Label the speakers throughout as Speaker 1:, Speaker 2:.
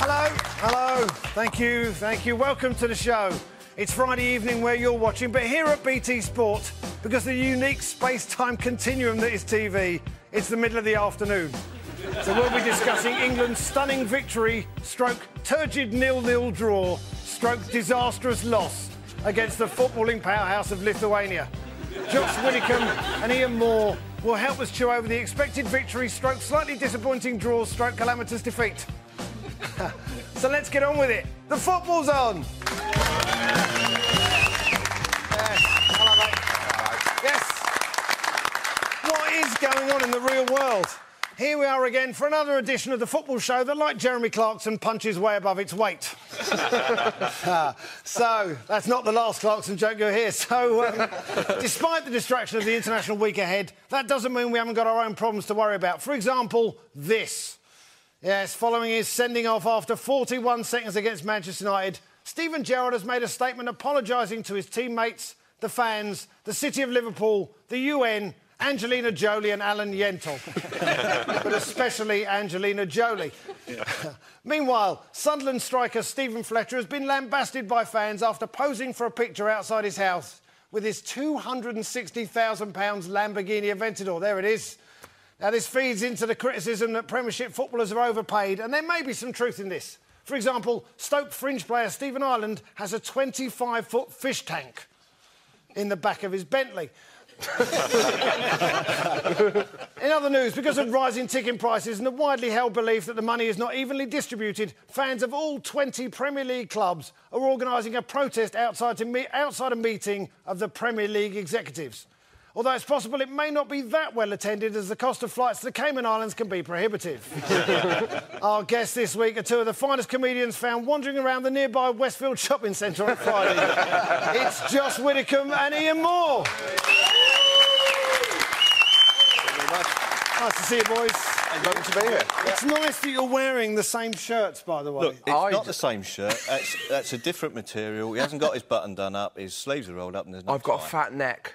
Speaker 1: Hello, hello. Thank you, thank you. Welcome to the show. It's Friday evening where you're watching, but here at BT Sport, because of the unique space time continuum that is TV, it's the middle of the afternoon. So we'll be discussing England's stunning victory, stroke turgid nil-nil draw, stroke disastrous loss against the footballing powerhouse of Lithuania. Josh Winnicombe and Ian Moore will help us chew over the expected victory, stroke slightly disappointing draw, stroke calamitous defeat. So let's get on with it. The football's on. Yes. Hello, mate. Yes. What is going on in the real world? Here we are again for another edition of the football show that, like Jeremy Clarkson, punches way above its weight. Ah, so that's not the last Clarkson joke you'll hear. So, um, despite the distraction of the international week ahead, that doesn't mean we haven't got our own problems to worry about. For example, this. Yes, following his sending off after 41 seconds against Manchester United, Stephen Gerrard has made a statement apologising to his teammates, the fans, the City of Liverpool, the UN, Angelina Jolie, and Alan Yentl. but especially Angelina Jolie. Meanwhile, Sunderland striker Stephen Fletcher has been lambasted by fans after posing for a picture outside his house with his £260,000 Lamborghini Aventador. There it is. Now, this feeds into the criticism that Premiership footballers are overpaid, and there may be some truth in this. For example, Stoke fringe player Stephen Ireland has a 25 foot fish tank in the back of his Bentley. in other news, because of rising ticket prices and the widely held belief that the money is not evenly distributed, fans of all 20 Premier League clubs are organising a protest outside, to me- outside a meeting of the Premier League executives. Although it's possible it may not be that well attended, as the cost of flights to the Cayman Islands can be prohibitive. Our guests this week are two of the finest comedians found wandering around the nearby Westfield shopping centre on Friday. it's Josh Widdicombe and Ian Moore. Nice to see you, boys.
Speaker 2: Lovely to be here.
Speaker 1: It's nice that you're wearing the same shirts, by the way.
Speaker 2: Look, it's not the same shirt. That's, that's a different material. He hasn't got his button done up. His sleeves are rolled up, and there's no
Speaker 3: I've got a
Speaker 2: tie.
Speaker 3: fat neck.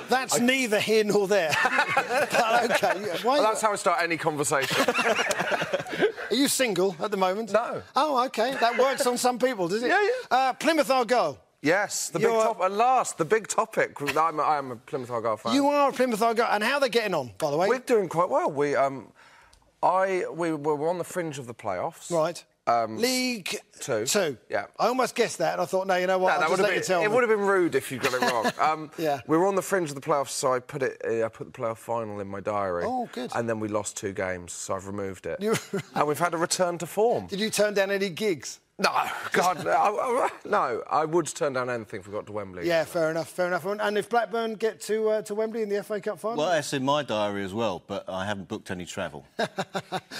Speaker 1: That's neither here nor there. but okay. yeah, Why
Speaker 3: Well, that's how I start any conversation.
Speaker 1: Are you single at the moment?
Speaker 3: No.
Speaker 1: Oh, okay. That works on some people, does it?
Speaker 3: Yeah, yeah.
Speaker 1: Uh, Plymouth Argyle.
Speaker 3: yes, the big
Speaker 1: You're-
Speaker 3: top. At last, the big topic. I'm a, I'm a Plymouth Argyle fan.
Speaker 1: You are a Plymouth Argyle, and how they're getting on, by the way.
Speaker 3: We're doing quite well. We um, I we were on the fringe of the playoffs.
Speaker 1: right.
Speaker 3: Um,
Speaker 1: League
Speaker 3: two.
Speaker 1: Two.
Speaker 3: Yeah.
Speaker 1: I almost guessed that, and I thought, no, you know
Speaker 3: No,
Speaker 1: what? I'll
Speaker 3: that
Speaker 1: just
Speaker 3: would
Speaker 1: let
Speaker 3: have
Speaker 1: you
Speaker 3: been,
Speaker 1: tell
Speaker 3: it
Speaker 1: me.
Speaker 3: would have been rude if you got it wrong. Um,
Speaker 1: Yeah.
Speaker 3: We were on the fringe of the playoffs, so I put it. Uh, I put the playoff final in my diary.
Speaker 1: Oh, good.
Speaker 3: And then we lost two games, so I've removed it.
Speaker 1: You-
Speaker 3: and we've had a return to form.
Speaker 1: Did you turn down any gigs?
Speaker 3: No, God, no, I, I- no. I would turn down anything if we got to Wembley.
Speaker 1: Yeah, fair enough, fair enough. And if Blackburn get to uh, to Wembley in the FA Cup final,
Speaker 2: Well, that's in my diary as well, but I haven't booked any travel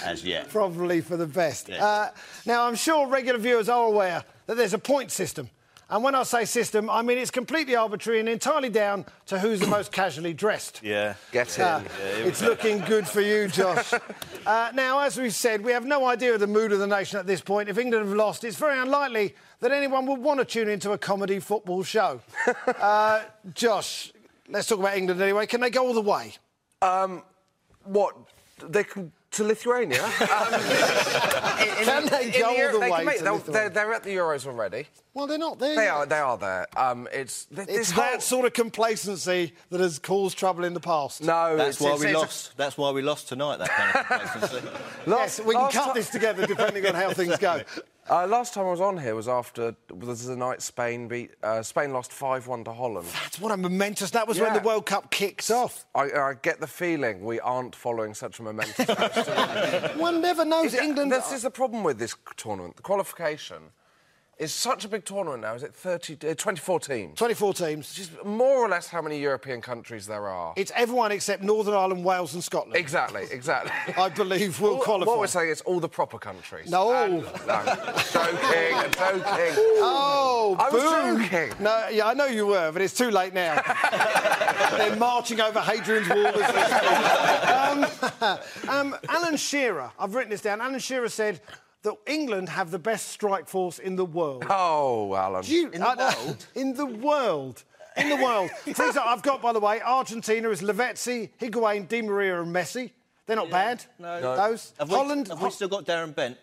Speaker 2: as yet.
Speaker 1: probably for the best.
Speaker 2: Yeah.
Speaker 1: Uh, now, I'm sure regular viewers are aware that there's a point system. And when I say system, I mean it's completely arbitrary and entirely down to who's the most casually dressed.
Speaker 2: Yeah.
Speaker 3: Get in.
Speaker 1: Uh, it's looking good for you, Josh. uh, now, as we've said, we have no idea of the mood of the nation at this point. If England have lost, it's very unlikely that anyone would want to tune into a comedy football show. uh, Josh, let's talk about England anyway. Can they go all the way?
Speaker 3: What? They can to Lithuania? Um,
Speaker 1: Can they go all the
Speaker 3: they
Speaker 1: way
Speaker 3: can make-
Speaker 1: to
Speaker 3: they'll-
Speaker 1: Lithuania?
Speaker 3: they're, they're at the Euros already.
Speaker 1: Well, they're not there.
Speaker 3: They
Speaker 1: yet.
Speaker 3: are. They are there. Um, it's th-
Speaker 1: It's
Speaker 3: this whole-
Speaker 1: that sort of complacency that has caused trouble in the past.
Speaker 3: No, it's-
Speaker 2: That's why
Speaker 3: it's-
Speaker 2: we
Speaker 3: it's a-
Speaker 2: lost. That's why we lost tonight. That kind of complacency.
Speaker 1: Yes, we can
Speaker 3: last
Speaker 1: cut
Speaker 3: ti-
Speaker 1: this together depending on how things go.
Speaker 3: Uh, last time I was on here was after was the night Spain beat uh, Spain lost five one to Holland.
Speaker 1: That's what a momentous. That was when
Speaker 3: Yeah.
Speaker 1: the World Cup kicked off.
Speaker 3: I, I get the feeling we aren't following such a momentous.
Speaker 1: One never knows. Oh, England.
Speaker 3: This is the problem with this tournament. The qualification is such a big tournament now. Is it 30, uh, 24 teams?
Speaker 1: 24 teams.
Speaker 3: Which is more or less how many European countries there are.
Speaker 1: It's everyone except Northern Ireland, Wales, and Scotland.
Speaker 3: Exactly, exactly.
Speaker 1: I believe will
Speaker 3: All-
Speaker 1: qualify.
Speaker 3: What we're saying is all the proper countries.
Speaker 1: No.
Speaker 3: And- no. joking, joking.
Speaker 1: Oh,
Speaker 3: I was
Speaker 1: boo.
Speaker 3: joking.
Speaker 1: No, yeah, I know you were, but it's too late now. They're marching over Hadrian's Wall. as we speak. um, um, Alan Shearer, I've written this down. Alan Shearer said that England have the best strike force in the world.
Speaker 3: Oh, Alan.
Speaker 1: Do you- I- in the world. in the world. For example, I've got, by the way, Argentina is Lavezzi, Higuain, Di Maria, and Messi. They're not bad.
Speaker 2: No.
Speaker 1: Those.
Speaker 2: Have we,
Speaker 1: Holland,
Speaker 2: have we still got Darren Bent?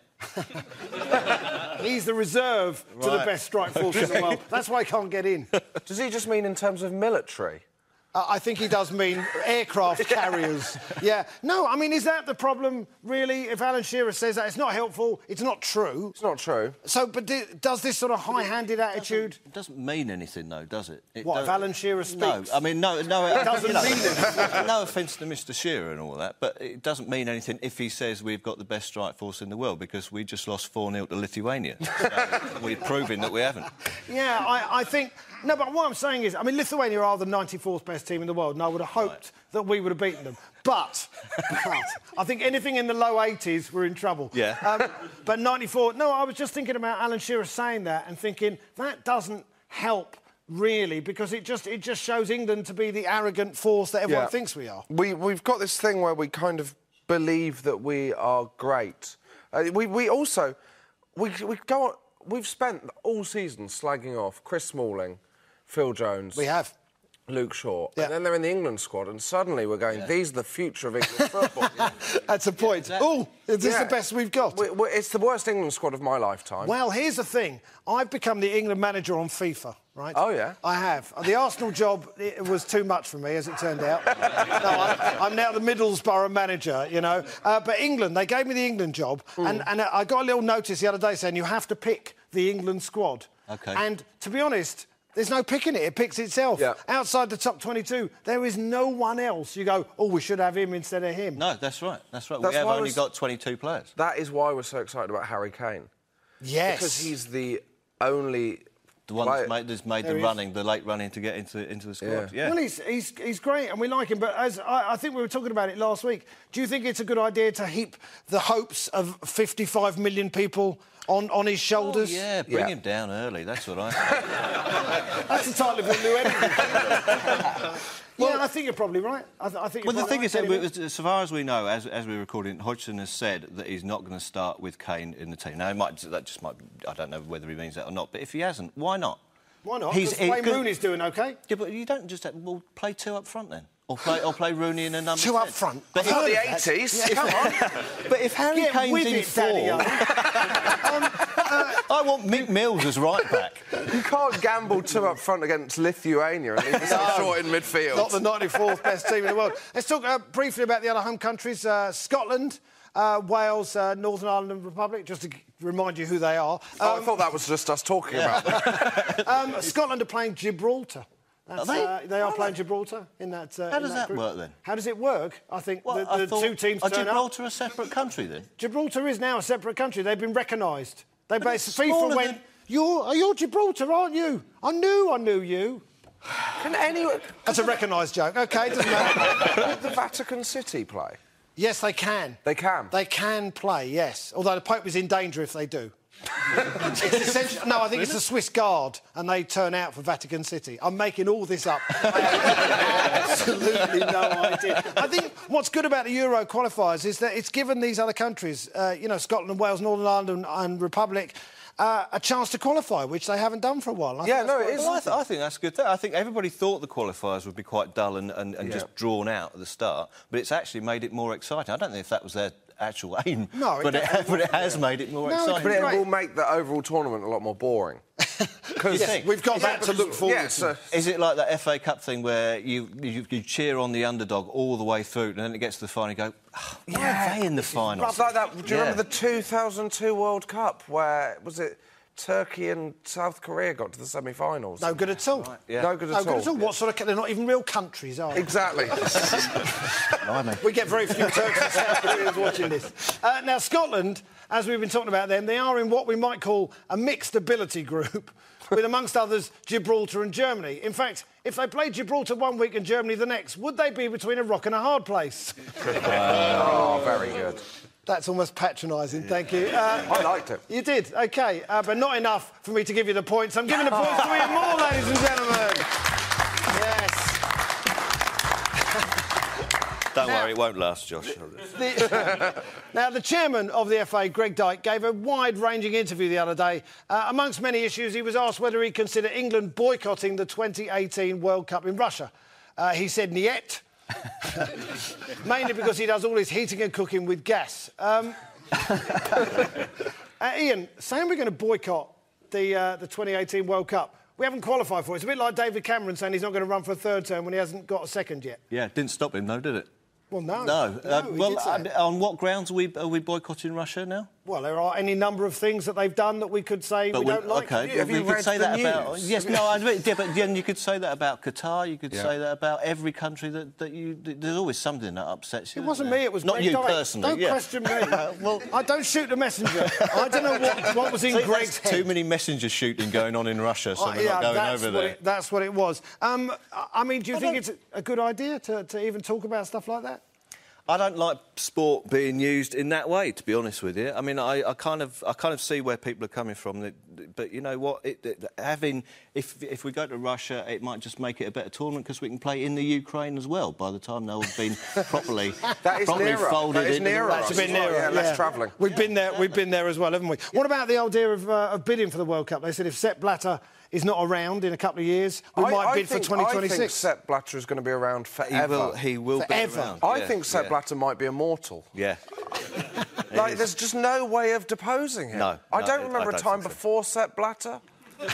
Speaker 1: he's the reserve to the
Speaker 2: Right.
Speaker 1: best strike force in the world. That's why he can't get in.
Speaker 3: Does he just mean in terms of military?
Speaker 1: Uh, I think he does mean aircraft carriers. Yeah. No, I mean, is that the problem, really? If Alan Shearer says that, it's not helpful, it's not true.
Speaker 3: It's not true.
Speaker 1: So, but di- does this sort of high handed attitude.
Speaker 2: It doesn't mean anything, though, does it? it
Speaker 1: What, if
Speaker 2: don't-
Speaker 1: Alan Shearer
Speaker 2: No,
Speaker 1: speaks?
Speaker 2: I mean, no, no. It
Speaker 1: doesn't
Speaker 2: you know,
Speaker 1: mean
Speaker 2: No offence to Mr. Shearer and all that, but it doesn't mean anything if he says we've got the best strike force in the world because we just lost 4 0 to Lithuania. So we're proving that we haven't.
Speaker 1: Yeah, I, I think. No, but what I'm saying is, I mean, Lithuania are the 94th best team in the world, and I would have hoped that we would have beaten them. But, but I think anything in the low 80s, we're in trouble.
Speaker 2: Yeah.
Speaker 1: Um, but 94, no, I was just thinking about Alan Shearer saying that and thinking that doesn't help really because it just it just shows England to be the arrogant force that everyone thinks we are.
Speaker 3: We, we've got this thing where we kind of believe that we are great. Uh, we, we also, we, we go on, we've spent all season slagging off Chris Smalling, Phil Jones.
Speaker 1: We have.
Speaker 3: Luke Shaw.
Speaker 1: Yeah.
Speaker 3: And then they're in the England squad, and suddenly we're going, these are the future of England football.
Speaker 1: That's a point. Oh, is this
Speaker 3: Yeah.
Speaker 1: the best we've got?
Speaker 3: We- we- it's the worst England squad of my lifetime.
Speaker 1: Well, here's the thing. I've become the England manager on FIFA, right?
Speaker 3: Oh, yeah?
Speaker 1: I have. The Arsenal job it was too much for me, as it turned out. no, I'm, I'm now the Middlesbrough manager, you know. Uh, but England, they gave me the England job,
Speaker 3: Hmm.
Speaker 1: and, and I got a little notice the other day saying you have to pick the England squad.
Speaker 2: Okay.
Speaker 1: And to be honest, there's no picking it. It picks itself.
Speaker 3: Yeah.
Speaker 1: Outside the top 22, there is no one else. You go, oh, we should have him instead of him.
Speaker 2: No, that's right. That's right.
Speaker 3: That's
Speaker 2: we have
Speaker 3: why I
Speaker 2: only
Speaker 3: was-
Speaker 2: got 22 players.
Speaker 3: That is why we're so excited about Harry Kane.
Speaker 1: Yes.
Speaker 3: Because he's the only.
Speaker 2: The one that's
Speaker 3: player-
Speaker 2: made, that's made
Speaker 1: There
Speaker 2: the
Speaker 1: he is.
Speaker 2: running, the late running to get into, into the squad.
Speaker 3: Yeah.
Speaker 2: Yeah.
Speaker 1: Well, he's, he's, he's great and we like him, but as I, I think we were talking about it last week, do you think it's a good idea to heap the hopes of 55 million people on, on his
Speaker 2: Oh,
Speaker 1: shoulders?
Speaker 2: yeah, bring
Speaker 3: Yeah.
Speaker 2: him down early. That's what I think.
Speaker 1: That's the title of your new entry. yeah, I think you're probably right. I, th- I think
Speaker 2: Well,
Speaker 1: you're
Speaker 2: the
Speaker 1: probably
Speaker 2: thing is,
Speaker 1: right.
Speaker 2: that we, as, as far as we know, as, as we're recording, Hodgson has said that he's not going to start with Kane in the team. Now, he might, that just might, I don't know whether he means that or not, but if he hasn't, why not?
Speaker 1: Why not?
Speaker 2: He's-
Speaker 1: He's, Wayne
Speaker 2: because-
Speaker 1: Rooney's doing OK.
Speaker 2: Yeah, but you don't just have, well, play two up front then. Or play, or play Rooney in a number.
Speaker 1: Two up
Speaker 2: 10.
Speaker 1: front?
Speaker 2: But,
Speaker 1: I've
Speaker 3: Not
Speaker 1: heard
Speaker 2: if,
Speaker 3: the
Speaker 1: of that.
Speaker 3: 80s.
Speaker 1: Yeah.
Speaker 3: Come on.
Speaker 2: but if Harry
Speaker 1: Get
Speaker 2: Kane's
Speaker 1: with
Speaker 2: in
Speaker 1: it, Daddy.
Speaker 2: form, Um, uh, I want Mick Mills as right back.
Speaker 3: You can't gamble two up front against Lithuania and leave yourself short in midfield.
Speaker 1: Not the 94th best team in the world. Let's talk uh, briefly about the other home countries uh, Scotland, uh, Wales, uh, Northern Ireland, and Republic, just to g- remind you who they are. Uh,
Speaker 3: Oh, I thought that was just us talking about that.
Speaker 1: Um, Scotland are playing Gibraltar. That's,
Speaker 2: Are they?
Speaker 1: Uh, they are playing Gibraltar in that. Uh,
Speaker 2: How
Speaker 1: in
Speaker 2: does that
Speaker 1: group.
Speaker 2: work, then?
Speaker 1: How does it work? I think
Speaker 2: Well,
Speaker 1: the, the
Speaker 2: I thought-
Speaker 1: two teams
Speaker 2: Are
Speaker 1: turn up.
Speaker 2: Gibraltar a separate country then?
Speaker 1: Gibraltar is now a separate country. They've been recognised. They
Speaker 2: But it's
Speaker 1: basically FIFA
Speaker 2: smaller
Speaker 1: went.
Speaker 2: than-
Speaker 1: You're you're Gibraltar, aren't you? I knew I knew you.
Speaker 3: Can anyone.
Speaker 1: That's a recognised joke. Okay, doesn't matter.
Speaker 3: Could the Vatican City play?
Speaker 1: yes, they can.
Speaker 3: They can.
Speaker 1: They can play. Yes, although the Pope is in danger if they do. it's essential. No, I think it's the Swiss Guard, and they turn out for Vatican City. I'm making all this up. I have absolutely no idea. I think what's good about the Euro qualifiers is that it's given these other countries, uh, you know, Scotland, Wales, Northern Ireland, and, and Republic, uh, a chance to qualify, which they haven't done for a while. I
Speaker 3: Yeah,
Speaker 1: think that's
Speaker 3: no,
Speaker 1: quite
Speaker 3: it is.
Speaker 2: Well, I, th- I think that's a good. Thing. I think everybody thought the qualifiers would be quite dull and, and, and
Speaker 3: Yeah.
Speaker 2: just drawn out at the start, but it's actually made it more exciting. I don't know if that was their actual aim,
Speaker 1: No, it
Speaker 2: but, it,
Speaker 1: definitely
Speaker 2: but it has made it more
Speaker 1: No, it-
Speaker 2: exciting.
Speaker 3: But it
Speaker 1: Right.
Speaker 3: will make the overall tournament a lot more boring.
Speaker 2: You think?
Speaker 1: We've got that to look forward
Speaker 3: yeah,
Speaker 1: to.
Speaker 3: so-
Speaker 2: Is it like that FA Cup thing where you, you you cheer on the underdog all the way through, and then it gets to the final, and you go, "Ah, why
Speaker 3: Yeah.
Speaker 2: are they in the final?
Speaker 3: It's like that. Do you
Speaker 2: Yeah.
Speaker 3: remember the 2002 World Cup where was it Turkey and South Korea got to the semi-finals?
Speaker 1: No good at all.
Speaker 2: yeah.
Speaker 3: No good at
Speaker 1: No
Speaker 3: all.
Speaker 1: good at all. What sort of? They're not even real countries, are they?
Speaker 3: Exactly.
Speaker 2: Blimey.
Speaker 1: We get very few Turks and South Koreans watching this. Uh, now, Scotland, as we've been talking about them, they are in what we might call a mixed ability group, with amongst others Gibraltar and Germany. In fact, if they played Gibraltar one week and Germany the next, would they be between a rock and a hard place?
Speaker 3: oh, very good.
Speaker 1: That's almost patronising, thank you. Uh,
Speaker 3: I liked it.
Speaker 1: you did, OK, uh, but not enough for me to give you the points. I'm giving the points to Ian Moore, ladies and gentlemen. Yes.
Speaker 2: Don't
Speaker 1: Now-
Speaker 2: worry, it won't last, Josh.
Speaker 1: The- now, the chairman of the FA, Greg Dyke, gave a wide ranging interview the other day. Uh, amongst many issues, he was asked whether he'd consider England boycotting the 2018 World Cup in Russia. Uh, he said, Niet. Mainly because he does all his heating and cooking with gas. Um, uh, Ian, saying we're going to boycott the, uh, the 2018 World Cup, we haven't qualified for it. It's a bit like David Cameron saying he's not going to run for a third term when he hasn't got a second yet.
Speaker 2: yeah, didn't stop him though, did it?
Speaker 1: Well, no.
Speaker 2: No.
Speaker 1: No,
Speaker 2: uh,
Speaker 1: he
Speaker 2: well,
Speaker 1: did say
Speaker 2: I
Speaker 1: it.
Speaker 2: mean, on what grounds are we, are we boycotting Russia now?
Speaker 1: Well, there are any number of things that they've done that we could say we
Speaker 2: we-
Speaker 1: don't like.
Speaker 2: okay,
Speaker 3: Have
Speaker 2: we
Speaker 3: you
Speaker 2: could
Speaker 3: read
Speaker 2: say
Speaker 3: the
Speaker 2: that about
Speaker 3: news?
Speaker 2: yes, no, I admit, yeah, but then you could say that about Qatar. You could
Speaker 3: Yeah.
Speaker 2: say that about every country that, that you. There's always something that upsets you.
Speaker 1: It wasn't
Speaker 2: isn't
Speaker 1: me, it was
Speaker 2: not
Speaker 1: Greg
Speaker 2: you
Speaker 1: Dyke.
Speaker 2: personally.
Speaker 1: Don't
Speaker 2: yeah.
Speaker 1: question me.
Speaker 2: well,
Speaker 1: I don't shoot the messenger. I don't know what, what was in
Speaker 2: see,
Speaker 1: Greg's
Speaker 2: there's
Speaker 1: head.
Speaker 2: too many messenger shooting going on in Russia, so
Speaker 1: Uh,
Speaker 2: we're not going
Speaker 1: that's
Speaker 2: over
Speaker 1: what
Speaker 2: there.
Speaker 1: It, that's what it was. Um, I- I mean, do you
Speaker 2: I
Speaker 1: think
Speaker 2: don't-
Speaker 1: it's a- a good idea to, to even talk about stuff like that?
Speaker 2: I don't like sport being used in that way, to be honest with you. I mean, I, I kind of, I kind of see where people are coming from. that- But you know what? It, it- having, if if we go to Russia, it might just make it a better tournament because we can play in the Ukraine as well. By the time they'll have been properly,
Speaker 3: That is
Speaker 2: properly
Speaker 3: nearer.
Speaker 2: folded
Speaker 3: That is
Speaker 2: into the-
Speaker 3: nearer.
Speaker 2: That's a bit
Speaker 3: It's not-
Speaker 2: nearer.
Speaker 3: yeah, less travelling.
Speaker 1: We've been there. We've been there as well, haven't we? What about the idea of, uh, of bidding for the World Cup? They said if Sepp Blatter is not around in a couple of years, we
Speaker 3: I,
Speaker 1: might
Speaker 3: I
Speaker 1: bid
Speaker 3: think,
Speaker 1: for
Speaker 3: I think
Speaker 1: 2026.
Speaker 3: Sepp Blatter is going to be around
Speaker 2: He
Speaker 3: forever.
Speaker 2: will. He will be
Speaker 1: Forever.
Speaker 2: around.
Speaker 3: I
Speaker 2: yeah,
Speaker 3: think Sepp
Speaker 2: yeah.
Speaker 3: Blatter might be immortal.
Speaker 2: Yeah.
Speaker 3: Like, there's just no way of deposing him.
Speaker 2: No,
Speaker 3: I
Speaker 2: no,
Speaker 3: don't
Speaker 2: I
Speaker 3: remember a
Speaker 2: don't
Speaker 3: time
Speaker 2: think so.
Speaker 3: before Sepp Blatter.
Speaker 1: B-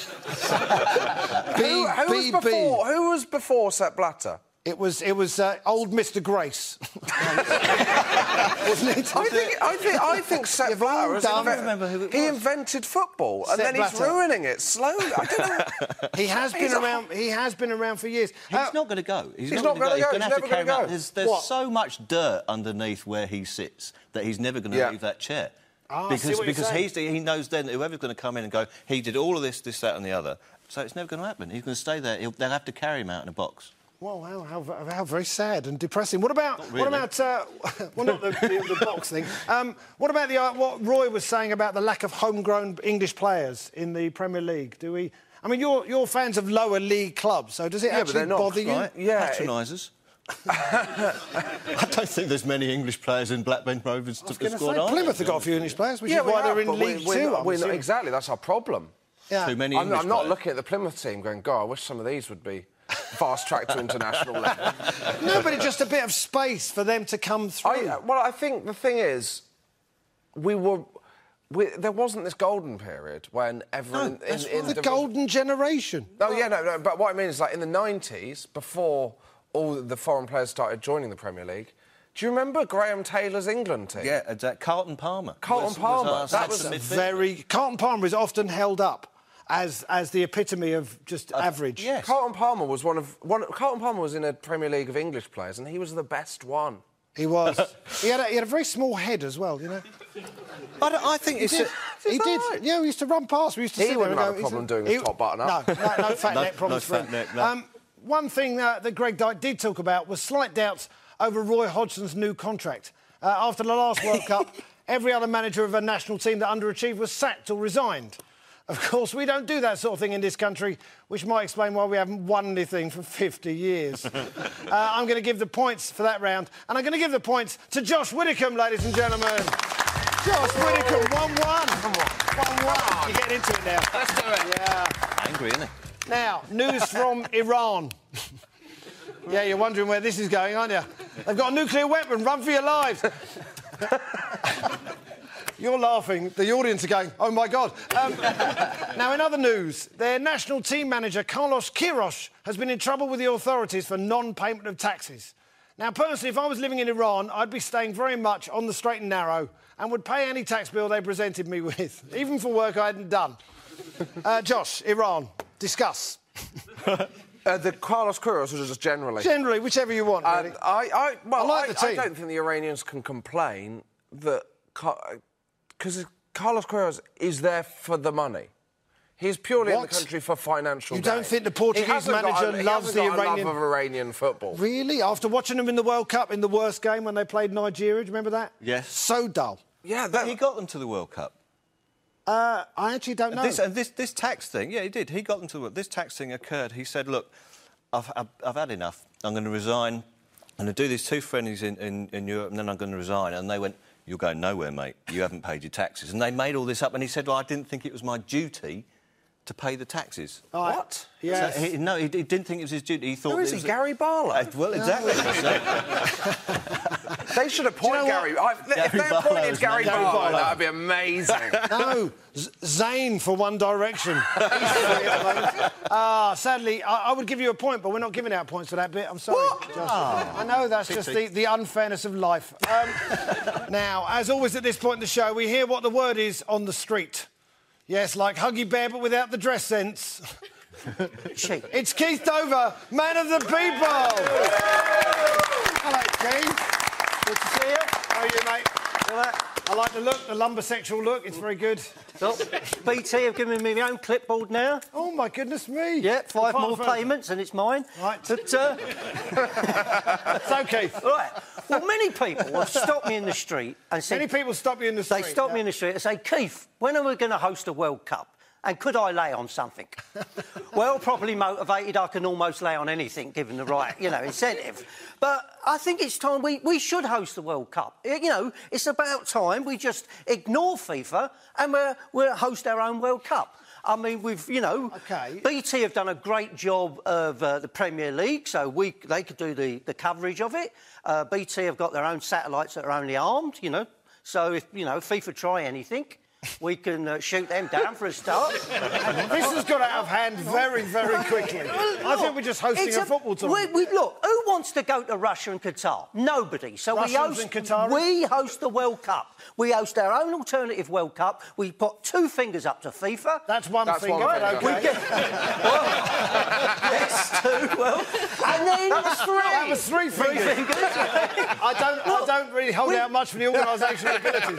Speaker 3: Who, who
Speaker 1: B- B.
Speaker 3: was before? Who was before Sepp Blatter?
Speaker 1: It was it was uh, old Mr. Grace. Wasn't it?
Speaker 3: I think, I think, I think Sepp
Speaker 1: You've all
Speaker 3: Blatter. has
Speaker 1: done-
Speaker 3: inve-
Speaker 1: I don't remember
Speaker 2: who it
Speaker 3: He
Speaker 2: was.
Speaker 3: invented football, and
Speaker 1: Sepp
Speaker 3: then he's
Speaker 1: Blatter.
Speaker 3: ruining it slowly. I don't know.
Speaker 1: He has been
Speaker 3: He's a-
Speaker 1: around. He has been around for years.
Speaker 2: He's
Speaker 1: Uh,
Speaker 2: not going to go. He's,
Speaker 3: not
Speaker 2: gonna
Speaker 3: gonna go.
Speaker 2: He's
Speaker 3: He's
Speaker 2: gonna have
Speaker 3: never
Speaker 2: to carry
Speaker 3: gonna
Speaker 2: him
Speaker 3: go.
Speaker 2: out. There's, there's
Speaker 1: What?
Speaker 2: so much dirt underneath where he sits that he's never going to
Speaker 3: Yeah.
Speaker 2: leave that chair.
Speaker 1: Ah, I see
Speaker 2: because
Speaker 1: what you're
Speaker 2: because
Speaker 1: saying.
Speaker 2: he's the, he knows then that whoever's going to come in and go, he did all of this, this, that, and the other. So it's never going to happen. He's going to stay there. He'll, they'll have to carry him out in a box.
Speaker 1: Well, how, how, how very sad and depressing. What about what
Speaker 2: really.
Speaker 1: about uh, well, not the, the, the box thing. Um, what about the uh, what Roy was saying about the lack of homegrown English players in the Premier League? Do we? I mean, you're you're fans of lower league clubs, so does it
Speaker 3: but
Speaker 1: actually
Speaker 3: they're not,
Speaker 1: bother you?
Speaker 2: Right?
Speaker 3: Yeah, it-
Speaker 2: Patronisers. I don't think there's many English players in Blackburn Rovers to
Speaker 1: I was
Speaker 2: the
Speaker 1: going to
Speaker 2: squad.
Speaker 1: say
Speaker 2: are
Speaker 1: Plymouth
Speaker 2: there,
Speaker 1: have got a
Speaker 2: to
Speaker 1: few
Speaker 2: be
Speaker 1: English
Speaker 2: honest
Speaker 1: players, which
Speaker 3: Yeah,
Speaker 1: is
Speaker 3: we
Speaker 1: why
Speaker 3: have,
Speaker 1: they're in
Speaker 3: but we-
Speaker 1: League
Speaker 3: we're
Speaker 1: 2
Speaker 3: not-
Speaker 1: I'm
Speaker 3: we're not-
Speaker 1: assuming.
Speaker 3: exactly, that's our problem.
Speaker 1: Yeah.
Speaker 2: with you. Too many
Speaker 3: I'm,
Speaker 2: English
Speaker 3: I'm not
Speaker 2: players.
Speaker 3: looking at the Plymouth team going, God, I wish some of these would be fast tracked to international level.
Speaker 1: No, but it's just a bit of space for them to come through.
Speaker 3: I, well, I think the thing is, we were. We, there wasn't this golden period when everyone.
Speaker 1: That's
Speaker 3: in, in
Speaker 1: the
Speaker 3: division-
Speaker 1: golden generation.
Speaker 3: No, yeah, no, no. But what I mean is, like in the '90s, before all the foreign players started joining the Premier League, do you remember Graham Taylor's England team?
Speaker 2: Yeah, exactly. Carlton Palmer.
Speaker 3: Carlton Palmer,
Speaker 2: our
Speaker 3: that
Speaker 2: central
Speaker 3: was a
Speaker 2: midfielder.
Speaker 1: very Carlton Palmer is often held up as as the epitome of just average.
Speaker 2: yeah.
Speaker 3: Carlton Palmer was one of one. Carlton Palmer was in a Premier League of English players, and he was the best one.
Speaker 1: He was. he had a, he had a very small head as well, you know.
Speaker 2: I, don't- I think it's.
Speaker 1: He
Speaker 2: A,
Speaker 1: did. He did.
Speaker 3: right?
Speaker 1: Yeah, we used to run past. We used to.
Speaker 3: He
Speaker 1: sit
Speaker 3: wouldn't
Speaker 1: there and
Speaker 3: have
Speaker 1: go,
Speaker 3: a
Speaker 1: "Is
Speaker 3: problem
Speaker 1: it-"
Speaker 3: doing a
Speaker 1: He-
Speaker 3: top button up.
Speaker 1: No, no, no fat
Speaker 2: No-
Speaker 1: neck problems
Speaker 2: no
Speaker 1: for
Speaker 2: fat
Speaker 1: him.
Speaker 2: neck, no.
Speaker 1: Um, one thing that, that Greg Dyke did talk about was slight doubts over Roy Hodgson's new contract. Uh, after the last World Cup, every other manager of a national team that underachieved was sacked or resigned. Of course, we don't do that sort of thing in this country, which might explain why we haven't won anything for 50 years. uh, I'm going to give the points for that round, and I'm going to give the points to Josh Widdicombe, ladies and gentlemen. Josh Whittaker, 1 1. 1 1. You're getting into it now.
Speaker 4: Let's do it.
Speaker 2: Angry, isn't it?
Speaker 1: Now, news from Iran. yeah, you're wondering where this is going, aren't you? They've got a nuclear weapon. Run for your lives. You're laughing. The audience are going, oh my God. Um, now, in other news, their national team manager, Carlos Queiroz, has been in trouble with the authorities for non payment of taxes. Now, personally, if I was living in Iran, I'd be staying very much on the straight and narrow and would pay any tax bill they presented me with, even for work I hadn't done. Uh, Josh, Iran, discuss.
Speaker 3: Uh, the Carlos Queiroz was just generally.
Speaker 1: Generally, whichever you want.
Speaker 3: And
Speaker 1: really.
Speaker 3: I, I, well,
Speaker 1: I
Speaker 3: I,
Speaker 1: like the
Speaker 3: I
Speaker 1: team.
Speaker 3: don't think the Iranians can complain that because Carlos Queiroz is there for the money. He's purely in
Speaker 1: What?
Speaker 3: the country for financial.
Speaker 1: You don't
Speaker 3: gain.
Speaker 1: think the
Speaker 3: He
Speaker 1: Portuguese
Speaker 3: hasn't got
Speaker 1: manager
Speaker 3: a- he
Speaker 1: loves
Speaker 3: hasn't
Speaker 1: the
Speaker 3: got a
Speaker 1: Iranian-
Speaker 3: love of Iranian football?
Speaker 1: Really? After watching them in the World Cup in the worst game when they played Nigeria, do you remember that?
Speaker 2: Yes.
Speaker 1: So dull.
Speaker 3: Yeah, that,
Speaker 2: He got them to the World Cup.
Speaker 1: Uh, I actually don't know.
Speaker 2: This, and this, this tax thing, yeah, he did. He got them to the This tax thing occurred. He said, look, I've, I've, I've had enough. I'm going to resign. and I do these two friendlies in, in, in Europe, and then I'm going to resign. And they went, You're going nowhere, mate. You haven't paid your taxes. And they made all this up. And he said, Well, I didn't think it was my duty to pay the taxes.
Speaker 1: Right.
Speaker 3: What?
Speaker 1: Yes.
Speaker 2: So he, no, he, he didn't think it was his duty. He thought.
Speaker 3: Oh, Who is
Speaker 2: it
Speaker 3: he?
Speaker 2: was a-
Speaker 3: Gary Barlow?
Speaker 2: Uh, well, exactly. So-
Speaker 3: They should appoint
Speaker 1: know what?
Speaker 3: Gary. I, if
Speaker 2: Gary
Speaker 3: they appointed
Speaker 2: Barlow's
Speaker 3: Gary
Speaker 2: not- Gary
Speaker 3: Barlow,
Speaker 1: Barlow.
Speaker 3: that would be amazing.
Speaker 1: No, Z- Zayn for One Direction. Ah, sadly, I-, I would give you a point, but we're not giving out points for that bit. I'm sorry. Justin. I know that's just the, the unfairness of life. Um, now, as always at this point in the show, we hear what the word is on the street. Yes, like Huggy Bear, but without the dress sense. It's Keith Dover, man of the people. Hello, Keith. Good to see you. How are you, mate? All right. I like the look, the lumbersexual look. It's very good.
Speaker 4: Oh, BT have given me my own clipboard now.
Speaker 1: Oh my goodness me!
Speaker 4: Yeah, five
Speaker 1: Apart
Speaker 4: more
Speaker 1: from-
Speaker 4: payments and it's mine.
Speaker 1: Right.
Speaker 4: But, uh,
Speaker 1: It's okay.
Speaker 4: right. Well, many people have stopped me in the street and said,
Speaker 1: Many people stop you in the
Speaker 4: they
Speaker 1: street.
Speaker 4: stopped me in the street and say, Keith, when are we going to host a World Cup? And could I lay on something? well, properly motivated, I can almost lay on anything given the right, you know, incentive. But I think it's time we, we should host the World Cup. Y- You know, it's about time we just ignore FIFA and we're, we'll host our own World Cup. I mean, we've, you know,
Speaker 1: Okay.
Speaker 4: BT have done a great job of uh, the Premier League, so we, they could do the, the coverage of it. Uh, BT have got their own satellites that are only armed, you know. So if, you know, FIFA try anything, we can uh, shoot them down for a start.
Speaker 1: This has got out of hand very, very quickly. I think we're just hosting
Speaker 4: It's
Speaker 1: a football tournament.
Speaker 4: We, we, look, who wants to go to Russia and Qatar? Nobody. So we
Speaker 1: Russians
Speaker 4: host,
Speaker 1: and Qataris?
Speaker 4: we host the World Cup. We host our own alternative World Cup. We put two fingers up to FIFA.
Speaker 1: That's one
Speaker 3: That's
Speaker 1: finger.
Speaker 3: one
Speaker 1: but
Speaker 3: finger.
Speaker 1: okay.
Speaker 4: Oh, We get. well, that's two. Well, and then it's three.
Speaker 1: That was three
Speaker 4: Three
Speaker 1: fingers.
Speaker 4: fingers.
Speaker 1: I don't. I don't really hold
Speaker 4: we-
Speaker 1: out much for the organisational abilities.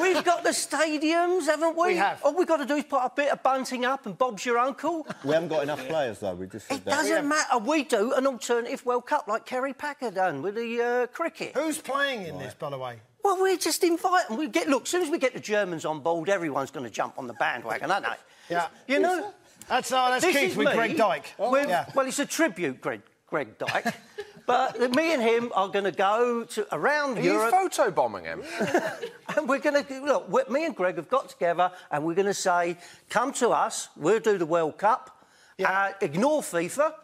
Speaker 4: We've got the stadiums, haven't we?
Speaker 1: We have.
Speaker 4: All we've got to do is put a bit of bunting up, and Bob's your uncle.
Speaker 2: we haven't got enough players, though. We just
Speaker 4: It doesn't matter. We do an alternative World Cup like Kerry Packer done with the uh, cricket.
Speaker 1: Who's playing in this, by the way?
Speaker 4: Well, we're just inviting. We get look. As soon as we get the Germans on board, everyone's going to jump on the bandwagon, aren't they?
Speaker 1: Yeah.
Speaker 4: You know.
Speaker 1: That's uh, that's
Speaker 4: This
Speaker 1: Keith
Speaker 4: is
Speaker 1: with
Speaker 4: me
Speaker 1: Greg Dyke.
Speaker 4: with-
Speaker 1: Yeah.
Speaker 4: Well, it's a tribute, Greg, Greg Dyke. but me and him are going to go to around
Speaker 3: Are you
Speaker 4: Europe,
Speaker 3: photo bombing him?
Speaker 4: and we're going to look. we- Me and Greg have got together, and we're going to say, "Come to us. We'll do the World Cup. Uh, ignore FIFA."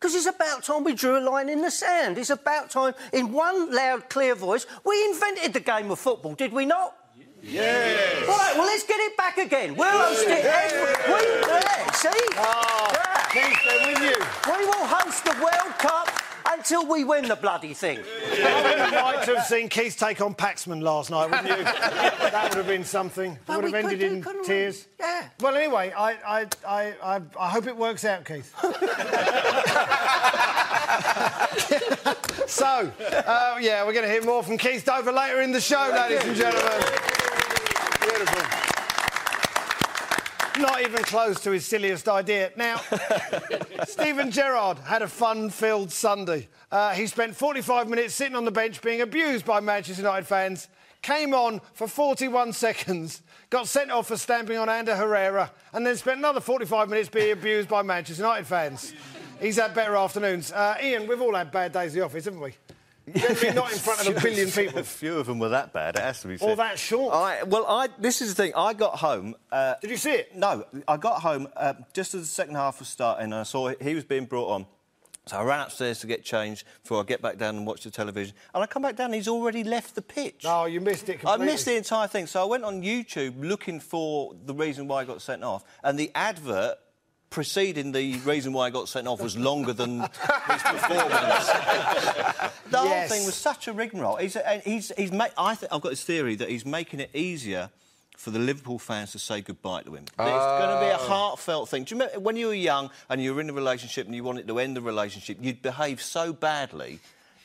Speaker 4: Because it's about time we drew a line in the sand. It's about time, in one loud, clear voice, we invented the game of football, did we not? Right, well, let's get it back again. We'll host it every week. Yeah, see? Yeah.
Speaker 1: Keith, they're with you.
Speaker 4: We will host the World Cup until we win the bloody thing.
Speaker 1: I would like to have seen Keith take on Paxman last night, wouldn't you? that would have been something. It
Speaker 4: But
Speaker 1: would have
Speaker 4: we could
Speaker 1: ended
Speaker 4: do,
Speaker 1: in
Speaker 4: couldn't we?
Speaker 1: tears.
Speaker 4: Yeah.
Speaker 1: Well, anyway, I, I, I, I, I hope it works out, Keith. so, uh, yeah, we're going to hear more from Keith Dover later in the show, ladies and gentlemen. Beautiful. Not even close to his silliest idea. Now, Stephen Gerrard had a fun-filled Sunday. Uh, he spent 45 minutes sitting on the bench being abused by Manchester United fans, came on for 41 seconds, got sent off for stamping on Ander Herrera, and then spent another 45 minutes being abused by Manchester United fans. He's had better afternoons. Uh, Ian, we've all had bad days at the office, haven't we? Generally not in front of a billion people.
Speaker 2: A few of them were that bad. It has to be said.
Speaker 1: Or that short.
Speaker 2: I, well, I, this is the thing. I got home. Uh,
Speaker 1: Did you see it?
Speaker 2: No, I got home uh, just as the second half was starting, and I saw he was being brought on. So I ran upstairs to get changed before I get back down and watch the television. And I come back down, and he's already left the pitch.
Speaker 1: No, Oh, you missed it
Speaker 2: I
Speaker 1: completely.
Speaker 2: missed the entire thing. So I went on YouTube looking for the reason why I got sent off, and the advert. Preceding the reason why I got sent off was longer than his performance. the
Speaker 1: Yes.
Speaker 2: whole thing was such a rigmarole. He's, and he's, he's ma- I think I've got his theory that he's making it easier for the Liverpool fans to say goodbye to him. That It's going to be a
Speaker 1: Oh.
Speaker 2: heartfelt thing. Do you remember when you were young and you were in a relationship and you wanted to end the relationship, you'd behave so badly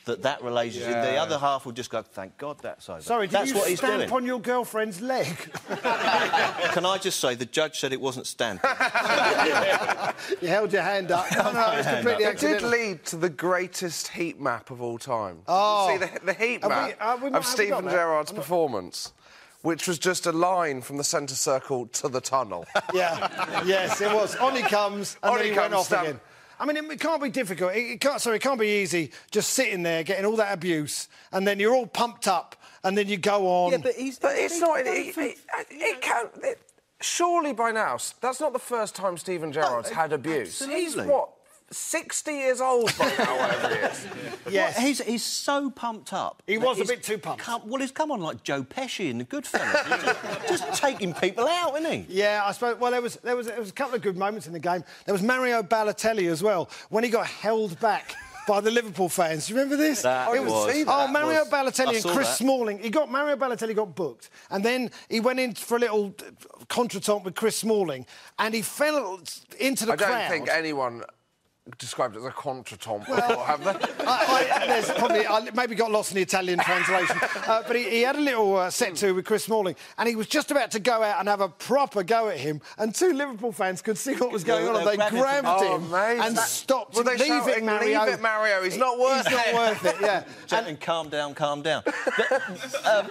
Speaker 2: that that relationship, the
Speaker 3: Yeah.
Speaker 2: other half would just go, thank God that's over.
Speaker 1: Sorry, did
Speaker 2: that's
Speaker 1: you
Speaker 2: what he's
Speaker 1: stamp
Speaker 2: doing.
Speaker 1: on your girlfriend's leg?
Speaker 2: Can I just say, the judge said it wasn't stamping.
Speaker 1: you held your hand up. No, no, it's completely
Speaker 3: It did
Speaker 1: accidental.
Speaker 3: lead to the greatest heat map of all time. Did
Speaker 1: Oh.
Speaker 3: you see the, the heat
Speaker 1: Have we-
Speaker 3: map
Speaker 1: have we- have we
Speaker 3: of
Speaker 1: got
Speaker 3: Stephen
Speaker 1: that?
Speaker 3: Gerrard's performance, which was just a line from the centre circle to the tunnel.
Speaker 1: Yeah, yes, it was. On he comes, and
Speaker 3: On
Speaker 1: then
Speaker 3: he
Speaker 1: he, went
Speaker 3: comes,
Speaker 1: off
Speaker 3: stamp.
Speaker 1: again. I mean, it, it can't be difficult. It, it can't. Sorry, it can't be easy. Just sitting there getting all that abuse, and then you're all pumped up, and then you go on.
Speaker 2: Yeah, but he's.
Speaker 3: But it's not. It, it, it, it can't. It, surely by now, s- that's not the first time Stephen
Speaker 1: Oh,
Speaker 3: Gerrard's
Speaker 2: it-
Speaker 3: had abuse. He's
Speaker 2: absolutely.
Speaker 3: what, 60 years old by now, whatever he is.
Speaker 1: Yes.
Speaker 2: Well, he's, he's so pumped up.
Speaker 1: He
Speaker 2: that
Speaker 1: was a
Speaker 2: he's
Speaker 1: bit too pumped.
Speaker 2: Come, well, he's come on like Joe Pesci in The Goodfellas. just, just taking people out, isn't he?
Speaker 1: Yeah, I suppose. Well, there was there was there was a couple of good moments in the game. There was Mario Balotelli as well when he got held back. By the Liverpool fans, do you remember this?
Speaker 2: That
Speaker 1: it was,
Speaker 2: was-
Speaker 1: oh
Speaker 2: that
Speaker 1: Mario
Speaker 2: was- I
Speaker 1: Balotelli and
Speaker 2: saw
Speaker 1: Chris
Speaker 2: that.
Speaker 1: Smalling. He got Mario Balotelli got booked, and then he went in for a little uh, contretemps with Chris Smalling, and he fell into the
Speaker 3: I don't
Speaker 1: crowd.
Speaker 3: think anyone described it as a contretemps before, have
Speaker 1: I,
Speaker 3: they?
Speaker 1: I, there's probably I maybe got lost in the Italian translation, uh, but he, he had a little uh, set to with Chris Smalling, and he was just about to go out and have a proper go at him, and two Liverpool fans could see what was going on, and they
Speaker 2: They grabbed
Speaker 1: grabbed
Speaker 2: him.
Speaker 1: him and
Speaker 3: That-
Speaker 1: stopped.
Speaker 3: Oh, Were
Speaker 1: him.
Speaker 3: they
Speaker 1: leave it,
Speaker 3: shouting,
Speaker 1: Mario.
Speaker 3: Leave it, Mario. He's not worth
Speaker 1: He's not
Speaker 3: it.
Speaker 1: worth it. Yeah.
Speaker 2: And, calm down, calm down. The, um,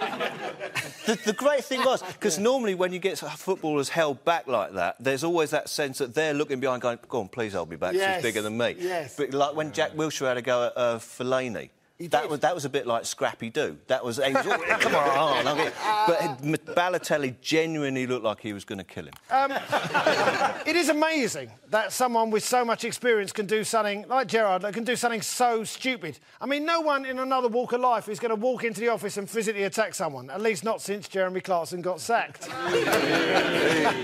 Speaker 2: the, the great thing was, because normally when you get footballers held back like that, there's always that sense that they're looking behind going, go on, please hold me back,
Speaker 1: Yes,
Speaker 2: she's bigger than me.
Speaker 1: yes.
Speaker 2: But like when Jack Wilshere had a go at uh, Fellaini, that
Speaker 1: did.
Speaker 2: was, that was a bit like Scrappy Doo. That was, he was all, come on, I'll get-" but M- Balotelli genuinely looked like he was going to kill him.
Speaker 1: Um, It is amazing that someone with so much experience can do something like Gerard, that can do something so stupid. I mean, no one in another walk of life is going to walk into the office and physically attack someone, at least not since Jeremy Clarkson got sacked. Is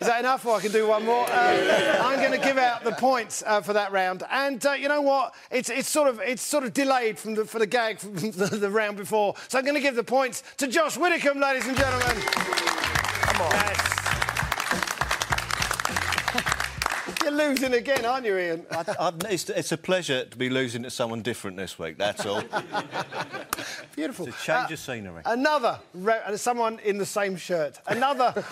Speaker 1: that enough? Or I can do one more. Uh, I'm going to give out the points uh, for that round. And uh, you know what? It's, it's sort of it's sort of delayed from the, for the gag from the, the round before. So I'm going to give the points to Josh Widdicombe, ladies and gentlemen. Come on. You're losing again, aren't you, Ian? Ah,
Speaker 2: I- I've, it's, it's a pleasure to be losing to someone different this week, that's all.
Speaker 1: Beautiful. Ah,
Speaker 2: It's a change of scenery.
Speaker 1: Another, re- uh, someone in the same shirt. Another.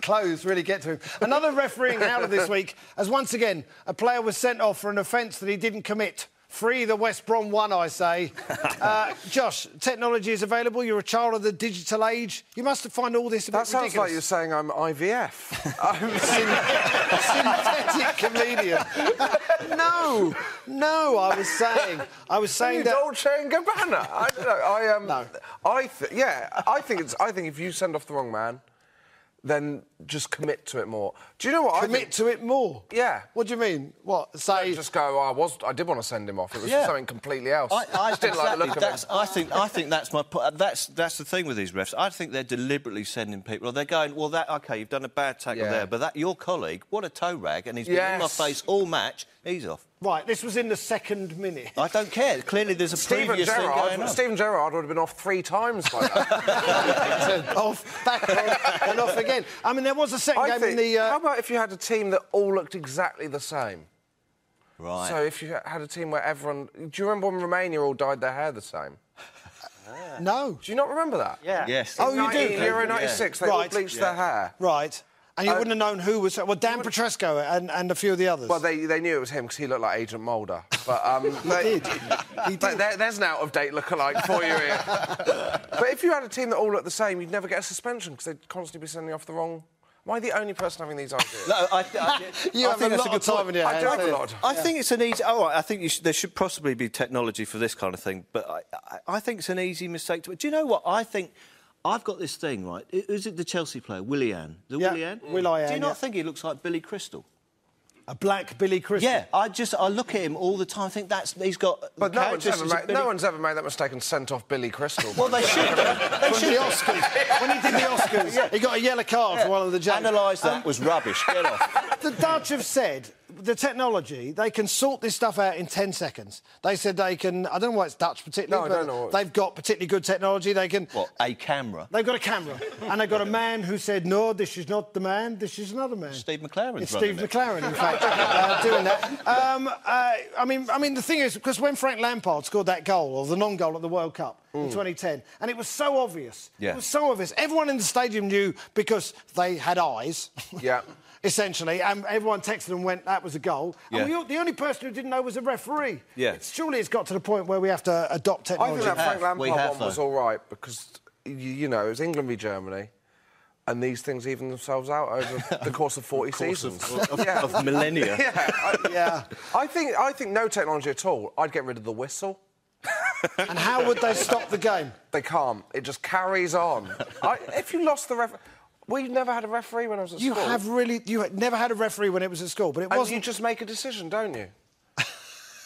Speaker 1: Clothes really get to him. Another refereeing out of this week, as once again, a player was sent off for an offence that he didn't commit. Free the West Brom one, I say. Uh, Josh, technology is available. You're a child of the digital age. You must find all this a bit
Speaker 3: That sounds like you're
Speaker 1: ridiculous.
Speaker 3: saying I'm IVF. I'm
Speaker 1: synthetic comedian. no, no, I was saying, I was saying
Speaker 3: You
Speaker 1: that.
Speaker 3: Dolce and Gabbana. I don't know. I um,
Speaker 1: No.
Speaker 3: I th- yeah. I think it's. I think if you send off the wrong man, then just commit to it more. Do you know what? I
Speaker 1: Commit
Speaker 3: think,
Speaker 1: to it more.
Speaker 3: Yeah.
Speaker 1: What do you mean? What? Say.
Speaker 3: Just go. "Oh, I was. I did want to send him off. It was
Speaker 2: Yeah.
Speaker 3: something completely else.
Speaker 2: I,
Speaker 3: just Oh, didn't
Speaker 2: I
Speaker 3: like the
Speaker 2: exactly,
Speaker 3: look of
Speaker 2: that's,
Speaker 3: it.
Speaker 2: I think I think that's my point. That's that's the thing with these refs. I think they're deliberately sending people. Or they're going, well, that okay, you've done a bad tackle
Speaker 3: Yeah.
Speaker 2: there, but that your colleague, what a toe rag, and he's been in my
Speaker 3: Yes.
Speaker 2: face all match. He's off.
Speaker 1: Right, this was in the second minute.
Speaker 2: I don't care. Clearly, there's a
Speaker 3: Stephen
Speaker 2: previous thing going
Speaker 3: Gerrard.
Speaker 2: on.
Speaker 3: Stephen Gerrard would have been off three times by that.
Speaker 1: off, back on, and off again. I mean, there was a second
Speaker 3: I
Speaker 1: game
Speaker 3: think,
Speaker 1: in the.
Speaker 3: How
Speaker 1: Uh,
Speaker 3: about if you had a team that all looked exactly the same?
Speaker 2: Right.
Speaker 3: So if you had a team where everyone, do you remember when Romania all dyed their hair the same?
Speaker 1: no.
Speaker 3: Do you not remember that?
Speaker 4: Yeah.
Speaker 2: yes.
Speaker 1: Oh, you do?
Speaker 3: In Euro
Speaker 2: Yeah.
Speaker 3: '96, they all
Speaker 1: Right.
Speaker 3: bleached their hair.
Speaker 1: Right. And you
Speaker 3: Uh,
Speaker 1: wouldn't have known who was. Well, Dan Petresco and, and a few of the others.
Speaker 3: Well, they, they knew it was him because he looked like Agent Mulder. But um, they,
Speaker 1: did. He
Speaker 3: But
Speaker 1: did.
Speaker 3: there, there's an out of date look-alike for you here. but if you had a team that all looked the same, you'd never get a suspension because they'd constantly be sending off the wrong. Am I the only person having these ideas?
Speaker 2: No, I, th- I,
Speaker 1: you
Speaker 2: I
Speaker 1: have
Speaker 2: think
Speaker 1: a
Speaker 2: that's
Speaker 1: lot
Speaker 2: good
Speaker 1: of time
Speaker 2: point.
Speaker 1: in your
Speaker 3: I
Speaker 1: hands.
Speaker 3: do have a
Speaker 1: don't you?
Speaker 3: lot.
Speaker 2: I think it's an easy. All right, I think you should, there should possibly be technology for this kind of thing, but I, I, I think it's an easy mistake to. Do you know what? I think I've got this thing right. I- Is it the Chelsea player Willian? The
Speaker 1: Yeah,
Speaker 2: Willian.
Speaker 1: Willian,
Speaker 2: Do you not
Speaker 1: yeah.
Speaker 2: think he looks like Billy Crystal?
Speaker 1: A black Billy Crystal.
Speaker 2: Yeah, I just I look at him all the time. Think that's he's got.
Speaker 3: but no one's, ever
Speaker 2: characteristics of
Speaker 3: made,
Speaker 2: Billy-
Speaker 3: no one's ever made that mistake and sent off Billy Crystal.
Speaker 2: Well, they should. they
Speaker 1: From
Speaker 2: should.
Speaker 1: the Oscars. when he did the Oscars, he got a yellow card for one of the jokes.
Speaker 2: Analyse that was rubbish. Get off.
Speaker 1: The Dutch have said the technology, they can sort this stuff out in 10 seconds. They said they can, I don't know why it's Dutch particularly,
Speaker 3: No, I
Speaker 1: but
Speaker 3: don't know what-
Speaker 1: they've got particularly good technology. They can.
Speaker 2: What a camera.
Speaker 1: They've got a camera, and they've got a man who said, "No, this is not the man. This is another man."
Speaker 2: Steve McLaren's
Speaker 1: It's Steve
Speaker 2: running it.
Speaker 1: McLaren, in fact, uh, doing that. Um, uh, I mean, I mean, the thing is, because when Frank Lampard scored that goal or the non-goal at the World Cup
Speaker 3: Mm.
Speaker 1: in 2010, and it was so obvious.
Speaker 2: Yeah.
Speaker 1: It was so obvious. Everyone in the stadium knew because they had eyes.
Speaker 3: Yeah.
Speaker 1: Essentially, and everyone texted and went, "That was a goal."
Speaker 2: Yeah.
Speaker 1: And we all, the only person who didn't know was the referee.
Speaker 2: Yeah.
Speaker 1: It's- surely it's got to the point where we have to adopt
Speaker 3: I
Speaker 1: technology.
Speaker 3: think that Frank
Speaker 2: Oh, have- we
Speaker 3: Lampard
Speaker 2: have,
Speaker 3: one was
Speaker 2: though.
Speaker 3: all right because you, you know it was England v Germany. and these things even themselves out over the course of 40
Speaker 2: course of-
Speaker 3: seasons.
Speaker 2: of- of millennia.
Speaker 3: Yeah, I,
Speaker 1: Yeah.
Speaker 3: I think I think no technology at all. I'd get rid of the whistle.
Speaker 1: And how would they stop the game?
Speaker 3: They can't. It just carries on. I, if you lost the referee, we never had a referee when I was at
Speaker 1: You
Speaker 3: school.
Speaker 1: have really, you had never had a referee when it was at school, but it
Speaker 3: and
Speaker 1: wasn't.
Speaker 3: you just make a decision, don't you?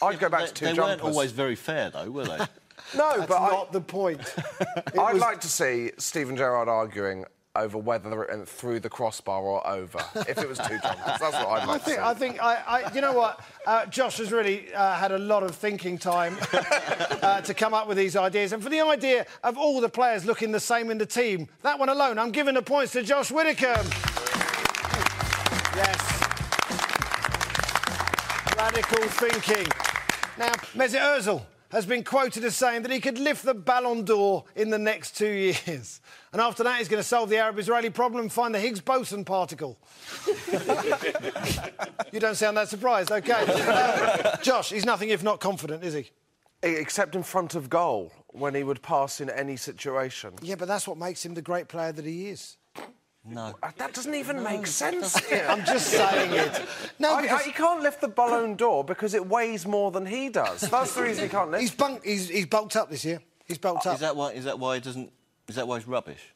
Speaker 3: I'd go back
Speaker 2: They,
Speaker 3: to two
Speaker 2: they
Speaker 3: jumpers.
Speaker 2: weren't always very fair, though, were they?
Speaker 3: no,
Speaker 1: That's
Speaker 3: but I-
Speaker 1: not the point. It
Speaker 3: I'd
Speaker 1: was-
Speaker 3: like to see Stephen Gerrard arguing over whether it went through the crossbar or over. if it was two jumpers, that's what I'd
Speaker 1: I
Speaker 3: like
Speaker 1: think,
Speaker 3: to see.
Speaker 1: I think, I, I, you know what? Uh, Josh has really uh, had a lot of thinking time uh, to come up with these ideas. And for the idea of all the players looking the same in the team, that one alone, I'm giving the points to Josh Widdicombe. Yes. Radical thinking. Now, Mesut Ozil has been quoted as saying that he could lift the Ballon d'Or in the next two years. And after that, he's going to solve the Arab-Israeli problem and find the Higgs boson particle. You don't sound that surprised. OK. Uh, Josh, he's nothing if not confident, is he?
Speaker 3: Except in front of goal, when he would pass in any situation.
Speaker 1: Yeah, but that's what makes him the great player that he is.
Speaker 2: no.
Speaker 3: Uh, That doesn't even make sense here.
Speaker 1: I'm just saying it. No,
Speaker 3: I,
Speaker 1: because
Speaker 3: I, he can't lift the Ballon d'Or because it weighs more than he does. That's the reason he can't lift.
Speaker 1: he's, bunk, he's, he's bulked up this year. He's bulked up.
Speaker 2: Is that why? Is that why he doesn't? Is that why he's rubbish?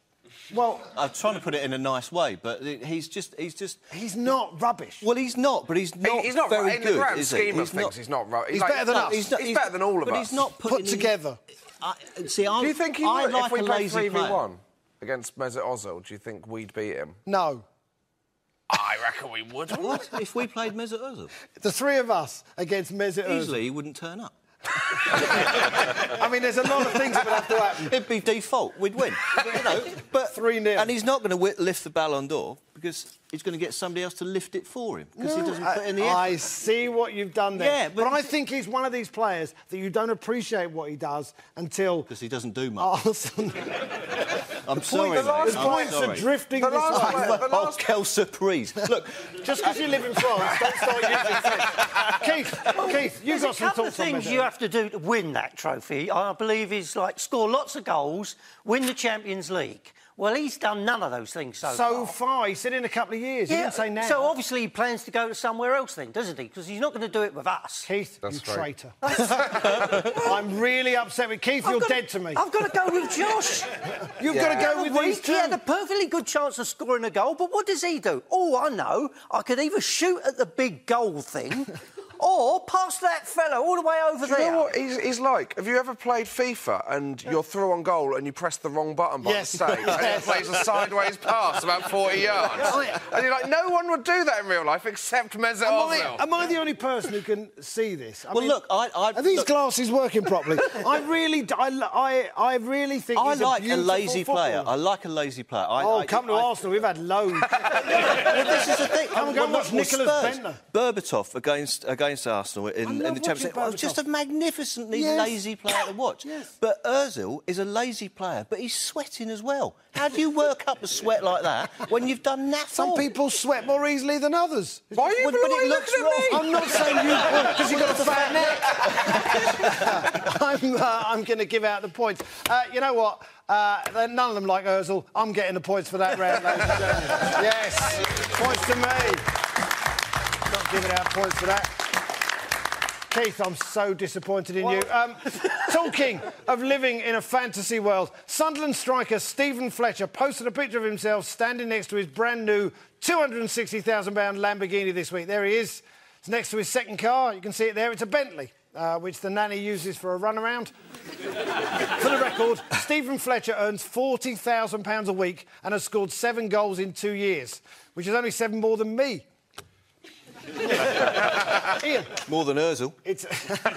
Speaker 1: Well,
Speaker 2: I'm trying to put it in a nice way, but it- he's just. He's just.
Speaker 1: he's not rubbish.
Speaker 2: Well, he's not, but he's not.
Speaker 3: He- he's not
Speaker 2: very
Speaker 3: right in
Speaker 2: good,
Speaker 3: the grand
Speaker 2: is he?
Speaker 3: scheme of things. He's not right.
Speaker 1: He's better than
Speaker 2: No,
Speaker 1: us.
Speaker 2: he's not-
Speaker 3: he's better than all of
Speaker 2: but
Speaker 3: us.
Speaker 2: he's not
Speaker 1: Put
Speaker 2: putting in-
Speaker 1: together.
Speaker 2: I, see, I,
Speaker 3: Do you think he
Speaker 2: I
Speaker 3: would,
Speaker 2: like
Speaker 3: if we
Speaker 2: a
Speaker 3: played
Speaker 2: lazy
Speaker 3: three v
Speaker 2: player.
Speaker 3: one against Mesut Ozil? Do you think we'd beat him?
Speaker 1: No.
Speaker 3: I reckon we would.
Speaker 2: What if we played Mesut Ozil?
Speaker 1: The three of us against Mesut Ozil.
Speaker 2: Easily, he wouldn't turn up.
Speaker 1: I mean, there's a lot of things that would have to happen.
Speaker 2: It'd be default. We'd win. you know, but
Speaker 1: 3-0.
Speaker 2: And he's not going to wi- lift the Ballon d'Or because he's going to get somebody else to lift it for him because he doesn't put in the effort.
Speaker 1: I see what you've done there.
Speaker 2: Yeah,
Speaker 1: but,
Speaker 2: but-
Speaker 1: I think he's one of these players that you don't appreciate what he does until
Speaker 2: Because he doesn't do
Speaker 1: Oh,
Speaker 2: much.
Speaker 1: Arsenal.
Speaker 2: I'm sorry.
Speaker 1: His
Speaker 2: mate. I'm
Speaker 3: last
Speaker 1: points are
Speaker 2: sorry.
Speaker 1: drifting
Speaker 3: The
Speaker 1: this
Speaker 3: last
Speaker 1: way.
Speaker 3: one- the
Speaker 2: Oh,
Speaker 3: last-
Speaker 2: Kel surprise. Look,
Speaker 1: Just because you live in France, don't start using French. Keith, Keith, you've got
Speaker 4: There's a
Speaker 1: some
Speaker 4: couple of
Speaker 1: thoughts on
Speaker 4: things
Speaker 1: this.
Speaker 4: you have to do to win that trophy. I believe is like score lots of goals, win the Champions League. Well, he's done none of those things so,
Speaker 1: So
Speaker 4: far.
Speaker 1: far, he said in a couple of years. He
Speaker 4: Yeah,
Speaker 1: didn't say now.
Speaker 4: So obviously he plans to go to somewhere else then, doesn't he? Because he's not going to do it with us.
Speaker 1: Keith,
Speaker 3: That's
Speaker 1: you
Speaker 3: right.
Speaker 1: traitor. I'm really upset with Keith. You're
Speaker 4: I've gotta-
Speaker 1: dead to me.
Speaker 4: I've got to go with Josh.
Speaker 1: You've got to
Speaker 3: Yeah.
Speaker 1: go with
Speaker 4: The
Speaker 1: these
Speaker 4: week
Speaker 1: two.
Speaker 4: He had a perfectly good chance of scoring a goal, but what does he do? Oh, I know. I could either shoot at the big goal thing or pass that fella all the way over
Speaker 3: You
Speaker 4: there.
Speaker 3: know what he's, he's like? Have you ever played FIFA and you're through on goal and you press the wrong button by
Speaker 1: Yes.
Speaker 3: mistake and it plays a sideways pass about 40 yards? and you're like, no one would do that in real life except Mesut
Speaker 1: Am I,
Speaker 3: Ozil.
Speaker 1: am I the only person who can see this? I
Speaker 2: Well,
Speaker 1: mean,
Speaker 2: look, I- I-
Speaker 1: are these
Speaker 2: look-
Speaker 1: glasses working properly? I really, d- I, l- I- I really think
Speaker 2: I
Speaker 1: he's
Speaker 2: like a,
Speaker 1: beautiful
Speaker 2: lazy player.
Speaker 1: footballer.
Speaker 2: I like a lazy player. I,
Speaker 1: Oh,
Speaker 2: I-
Speaker 1: come to
Speaker 2: I-
Speaker 1: Arsenal, we've had loads.
Speaker 2: Well, this is the thing.
Speaker 1: Come and go
Speaker 2: Well,
Speaker 1: and
Speaker 2: look,
Speaker 1: watch
Speaker 2: well,
Speaker 1: Nicholas
Speaker 2: Spurs,
Speaker 1: Bentner.
Speaker 2: Berbatov against against Arsenal in, in the
Speaker 1: love
Speaker 2: Champions
Speaker 1: watching
Speaker 2: League. Well, just
Speaker 1: Berbatov.
Speaker 2: a magnificently
Speaker 1: Yes.
Speaker 2: lazy player to watch.
Speaker 1: Yes.
Speaker 2: But Özil is a lazy player, but he's sweating as well. How do you work up a sweat like that when you've done nothing?
Speaker 1: Some people sweat more easily than others.
Speaker 3: Why are you,
Speaker 2: Well,
Speaker 3: why
Speaker 2: but
Speaker 3: are
Speaker 2: it
Speaker 3: you
Speaker 2: looks
Speaker 3: looking at me?
Speaker 1: I'm not saying you because you've got a fat neck. I'm, uh, I'm going to give out the points. Uh, you know what? Uh, they're- none of them like Özil. I'm getting the points for that round, ladies and gentlemen. Yes, points to me. Not giving out points for that. Keith, I'm so disappointed in you. Um, talking of living in a fantasy world, Sunderland striker Stephen Fletcher posted a picture of himself standing next to his brand new £260,000 Lamborghini this week. There he is. It's next to his second car. You can see it there. It's a Bentley, uh, which the nanny uses for a runaround. For the record, Stephen Fletcher earns £40,000 a week and has scored seven goals in two years, which is only seven more than me. Ian.
Speaker 2: more than Özil.
Speaker 1: It's.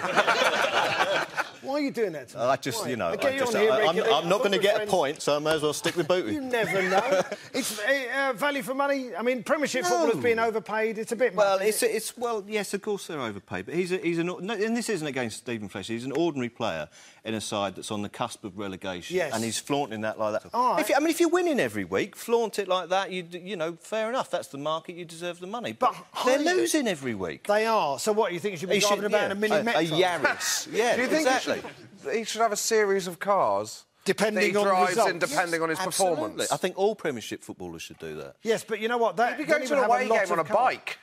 Speaker 1: Why are you doing that to me?
Speaker 2: I just,
Speaker 1: Why?
Speaker 2: you know,
Speaker 1: I
Speaker 2: I
Speaker 1: get you
Speaker 2: just,
Speaker 1: on here
Speaker 2: I, am
Speaker 1: regularly.
Speaker 2: I'm not going to
Speaker 1: Football
Speaker 2: get a
Speaker 1: friends.
Speaker 2: point, so I may as well stick with
Speaker 1: You
Speaker 2: Booty.
Speaker 1: never know. it's uh, uh, value for money. I mean, Premiership
Speaker 2: No.
Speaker 1: footballers being overpaid. It's a bit.
Speaker 2: Well,
Speaker 1: much, isn't
Speaker 2: it's, it's well, yes, of course they're overpaid, but he's a, he's an no, and this isn't against Stephen Fletcher. He's an ordinary player in a side that's on the cusp of relegation,
Speaker 1: Yes.
Speaker 2: and he's flaunting that like that.
Speaker 1: All right.
Speaker 2: If you- I mean, if you're winning every week, flaunt it like that. You d- you know, fair enough. That's the market. You deserve the money, but,
Speaker 1: But
Speaker 2: they're
Speaker 1: Hyde-
Speaker 2: losing every week.
Speaker 1: They are. So what? You think you should be
Speaker 2: He should-
Speaker 1: driving about
Speaker 2: yeah,
Speaker 1: in a mini
Speaker 2: a,
Speaker 1: metro?
Speaker 2: Yaris, yeah,
Speaker 3: Do you think
Speaker 2: exactly.
Speaker 3: he, should, he should have a series of cars? that he
Speaker 1: depending on the
Speaker 3: drives
Speaker 1: results.
Speaker 3: and depending on his
Speaker 2: Absolutely.
Speaker 3: performance.
Speaker 2: I think all Premiership footballers should do that.
Speaker 1: Yes, but you know what? That,
Speaker 3: If you
Speaker 1: don't
Speaker 3: go
Speaker 1: even
Speaker 3: to an
Speaker 1: have
Speaker 3: away
Speaker 1: lot
Speaker 3: game
Speaker 1: of
Speaker 3: on a
Speaker 1: colour.
Speaker 3: bike,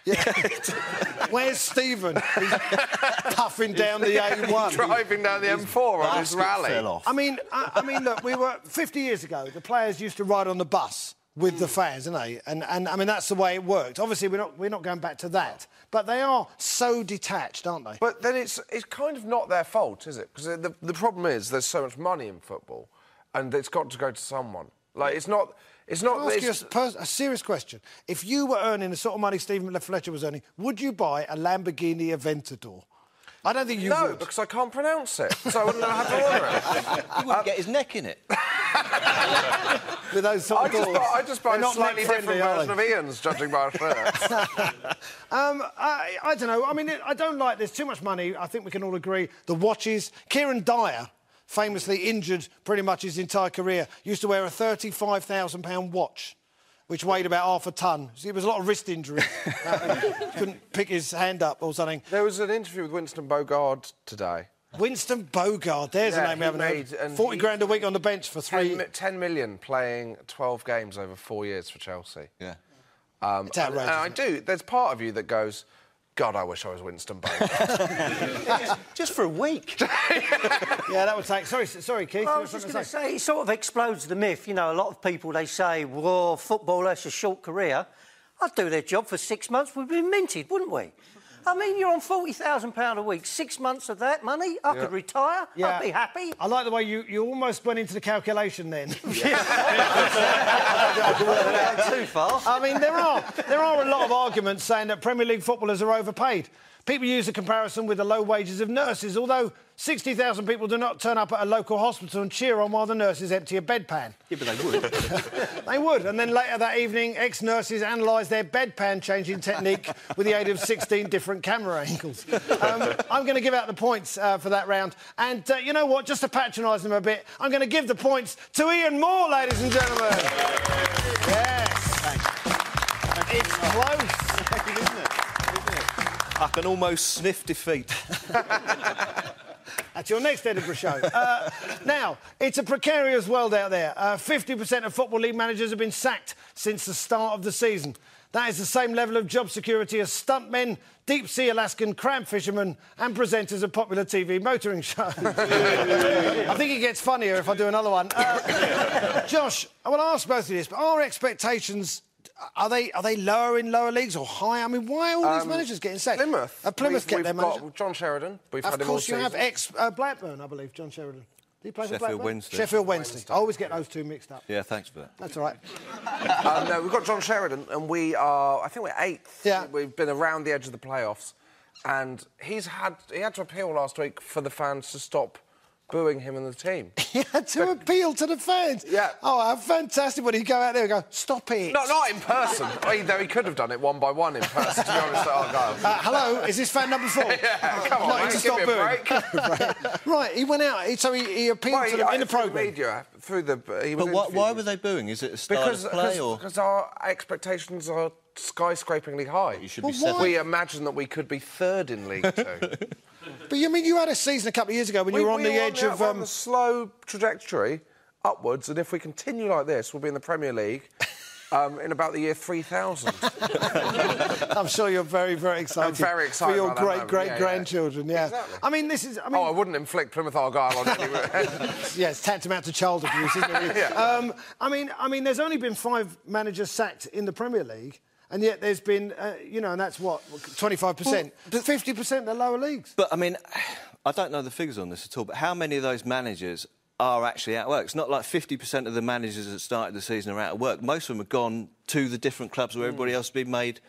Speaker 1: Where's Stephen? He's puffing down the A1.
Speaker 3: driving down the M4 on his
Speaker 2: Basket Fell
Speaker 3: rally.
Speaker 2: off.
Speaker 1: I mean, I, I mean, look, we were 50 years ago. The players used to ride on the bus with the fans, didn't they? And and I mean, that's the way it worked. Obviously, we're not we're not going back to that. But they are so detached, aren't they?
Speaker 3: But then it's it's kind of not their fault, is it? Because the, the problem is there's so much money in football, and it's got to go to someone. Like it's not it's not.
Speaker 1: Can I ask you a,
Speaker 3: it's-
Speaker 1: s- pers- a serious question. If you were earning the sort of money Stephen Fletcher was earning, would you buy a Lamborghini Aventador? I don't think you
Speaker 3: no,
Speaker 1: would.
Speaker 3: because I can't pronounce it, so I wouldn't have to order it.
Speaker 2: he wouldn't get his neck in it.
Speaker 1: With those sort
Speaker 3: I
Speaker 1: of
Speaker 3: just
Speaker 1: doors.
Speaker 3: buy, I just buy
Speaker 1: They're
Speaker 3: a
Speaker 1: not
Speaker 3: slightly different
Speaker 1: neck-friendly, are
Speaker 3: version
Speaker 1: they?
Speaker 3: of Ian's, judging by our shirt.
Speaker 1: Um, I, I don't know. I mean, it, I don't like. There's too much money. I think we can all agree. The watches. Kieran Dyer, famously injured pretty much his entire career, used to wear a thirty-five thousand pound watch, which weighed about half a ton. So it was a lot of wrist injury. Uh, couldn't pick his hand up or something.
Speaker 3: there was an interview with Winston Bogard today.
Speaker 1: Winston Bogard. There's
Speaker 3: Yeah,
Speaker 1: a name we
Speaker 3: he
Speaker 1: haven't
Speaker 3: made-
Speaker 1: heard.
Speaker 3: and
Speaker 1: Forty
Speaker 3: he-
Speaker 1: grand a week on the bench for three.
Speaker 3: 10, mi- 10 million playing 12 games over four years for Chelsea.
Speaker 2: Yeah.
Speaker 3: Um,
Speaker 1: It's outrageous,
Speaker 3: And I
Speaker 1: isn't
Speaker 3: do. There's part of you that goes, God, I wish I was Winston Bogart.
Speaker 4: Just for a week.
Speaker 1: yeah, that would take. Sorry, s- sorry, Keith.
Speaker 4: I
Speaker 1: you
Speaker 4: was
Speaker 1: were
Speaker 4: just
Speaker 1: something
Speaker 4: going
Speaker 1: to
Speaker 4: to
Speaker 1: say?
Speaker 4: say, it sort of explodes the myth. You know, a lot of people they say, "Well, football that's a short career." I'd do their job for six months. We'd be minted, wouldn't we? I mean, you're on forty thousand pound a week. Six months of that money, I could retire. I'd be happy.
Speaker 1: I like the way you, you almost went into the calculation then.
Speaker 4: Don't go too far.
Speaker 1: I mean, there are there are a lot of arguments saying that Premier League footballers are overpaid. People use the comparison with the low wages of nurses, although 60,000 people do not turn up at a local hospital and cheer on while the nurses empty a bedpan.
Speaker 2: Yeah, but they would.
Speaker 1: They would, and then later that evening, ex nurses analysed their bedpan changing technique with the aid of 16 different camera angles. Um, I'm going to give out the points uh, for that round, and uh, you know what? Just to patronise them a bit, I'm going to give the points to Ian Moore, ladies and gentlemen. Yes. It's close.
Speaker 2: I can almost sniff defeat.
Speaker 1: That's your next Edinburgh show. Uh, now, it's a precarious world out there. Uh, 50% of Football League managers have been sacked since the start of the season. That is the same level of job security as stuntmen, deep sea Alaskan crab fishermen, and presenters of popular TV motoring shows. I think it gets funnier if I do another one. Uh, Josh, I want to ask both of you this, but our expectations. Are they are they lower in lower leagues or higher? I mean, why are all these managers getting sacked?
Speaker 3: Um, Plymouth.
Speaker 1: Uh, Plymouth
Speaker 3: we've,
Speaker 1: get
Speaker 3: we've
Speaker 1: their
Speaker 3: got
Speaker 1: manager.
Speaker 3: John Sheridan. We've
Speaker 1: Of
Speaker 3: had him all
Speaker 1: course, you have
Speaker 3: season.
Speaker 1: ex uh, Blackburn, I believe, John Sheridan. Did he play for
Speaker 2: Sheffield
Speaker 1: Blackburn?
Speaker 2: Wednesday.
Speaker 1: Sheffield Wednesday. I always get those two mixed up.
Speaker 2: Yeah, thanks for that.
Speaker 1: That's all right.
Speaker 3: Um, no, we've got John Sheridan, and we are, I think we're eighth.
Speaker 1: Yeah.
Speaker 3: We've been around the edge of the playoffs, and he's had he had to appeal last week for the fans to stop booing him and the team.
Speaker 1: He had to appeal to the fans.
Speaker 3: Yeah.
Speaker 1: Oh, how fantastic when he go out there and go, stop it.
Speaker 3: no, not in person. I mean, though he could have done it one by one in person, to be honest. Oh, God.
Speaker 1: Uh, hello, is this fan number four?
Speaker 3: Yeah, come on,
Speaker 1: Not
Speaker 3: mate,
Speaker 1: to
Speaker 3: give
Speaker 1: stop
Speaker 3: me a
Speaker 1: booing. right, he went out, he, so he, he appealed
Speaker 3: Well,
Speaker 1: to them
Speaker 3: I-
Speaker 1: in the
Speaker 3: through
Speaker 1: programme.
Speaker 3: media, through the. He was
Speaker 2: But why, why
Speaker 3: interviewed.
Speaker 2: were they booing? Is it a style
Speaker 3: Because
Speaker 2: of play
Speaker 3: because-
Speaker 2: or
Speaker 3: because our expectations are skyscrapingly high.
Speaker 2: you should
Speaker 1: Well,
Speaker 2: be
Speaker 1: why-
Speaker 2: seven?
Speaker 3: We imagine that we could be third in League Two.
Speaker 1: But you mean you had a season a couple of years ago when you were on the edge
Speaker 3: that-
Speaker 1: of.
Speaker 3: we're on
Speaker 1: um,
Speaker 3: the slow trajectory upwards, and if we continue like this, we'll be in the Premier League um, in about the year 3000.
Speaker 1: I'm sure you're very, very excited.
Speaker 3: very excited
Speaker 1: For your
Speaker 3: about that
Speaker 1: great,
Speaker 3: moment.
Speaker 1: great
Speaker 3: Yeah, yeah.
Speaker 1: grandchildren, yeah.
Speaker 3: Exactly.
Speaker 1: I mean, this is. I mean,
Speaker 3: oh, I wouldn't inflict Plymouth Argyle on anyone.
Speaker 1: Yeah, it's tantamount to child abuse, isn't it? um, I mean, I mean, there's only been five managers sacked in the Premier League, and yet there's been, uh, you know, and that's what 25 percent, 50 percent the lower leagues.
Speaker 2: But I mean, I don't know the figures on this at all. But how many of those managers are actually at work? It's not like 50% of the managers that started the season are out of work. Most of them have gone to the different clubs where
Speaker 3: Hmm.
Speaker 2: everybody else has been made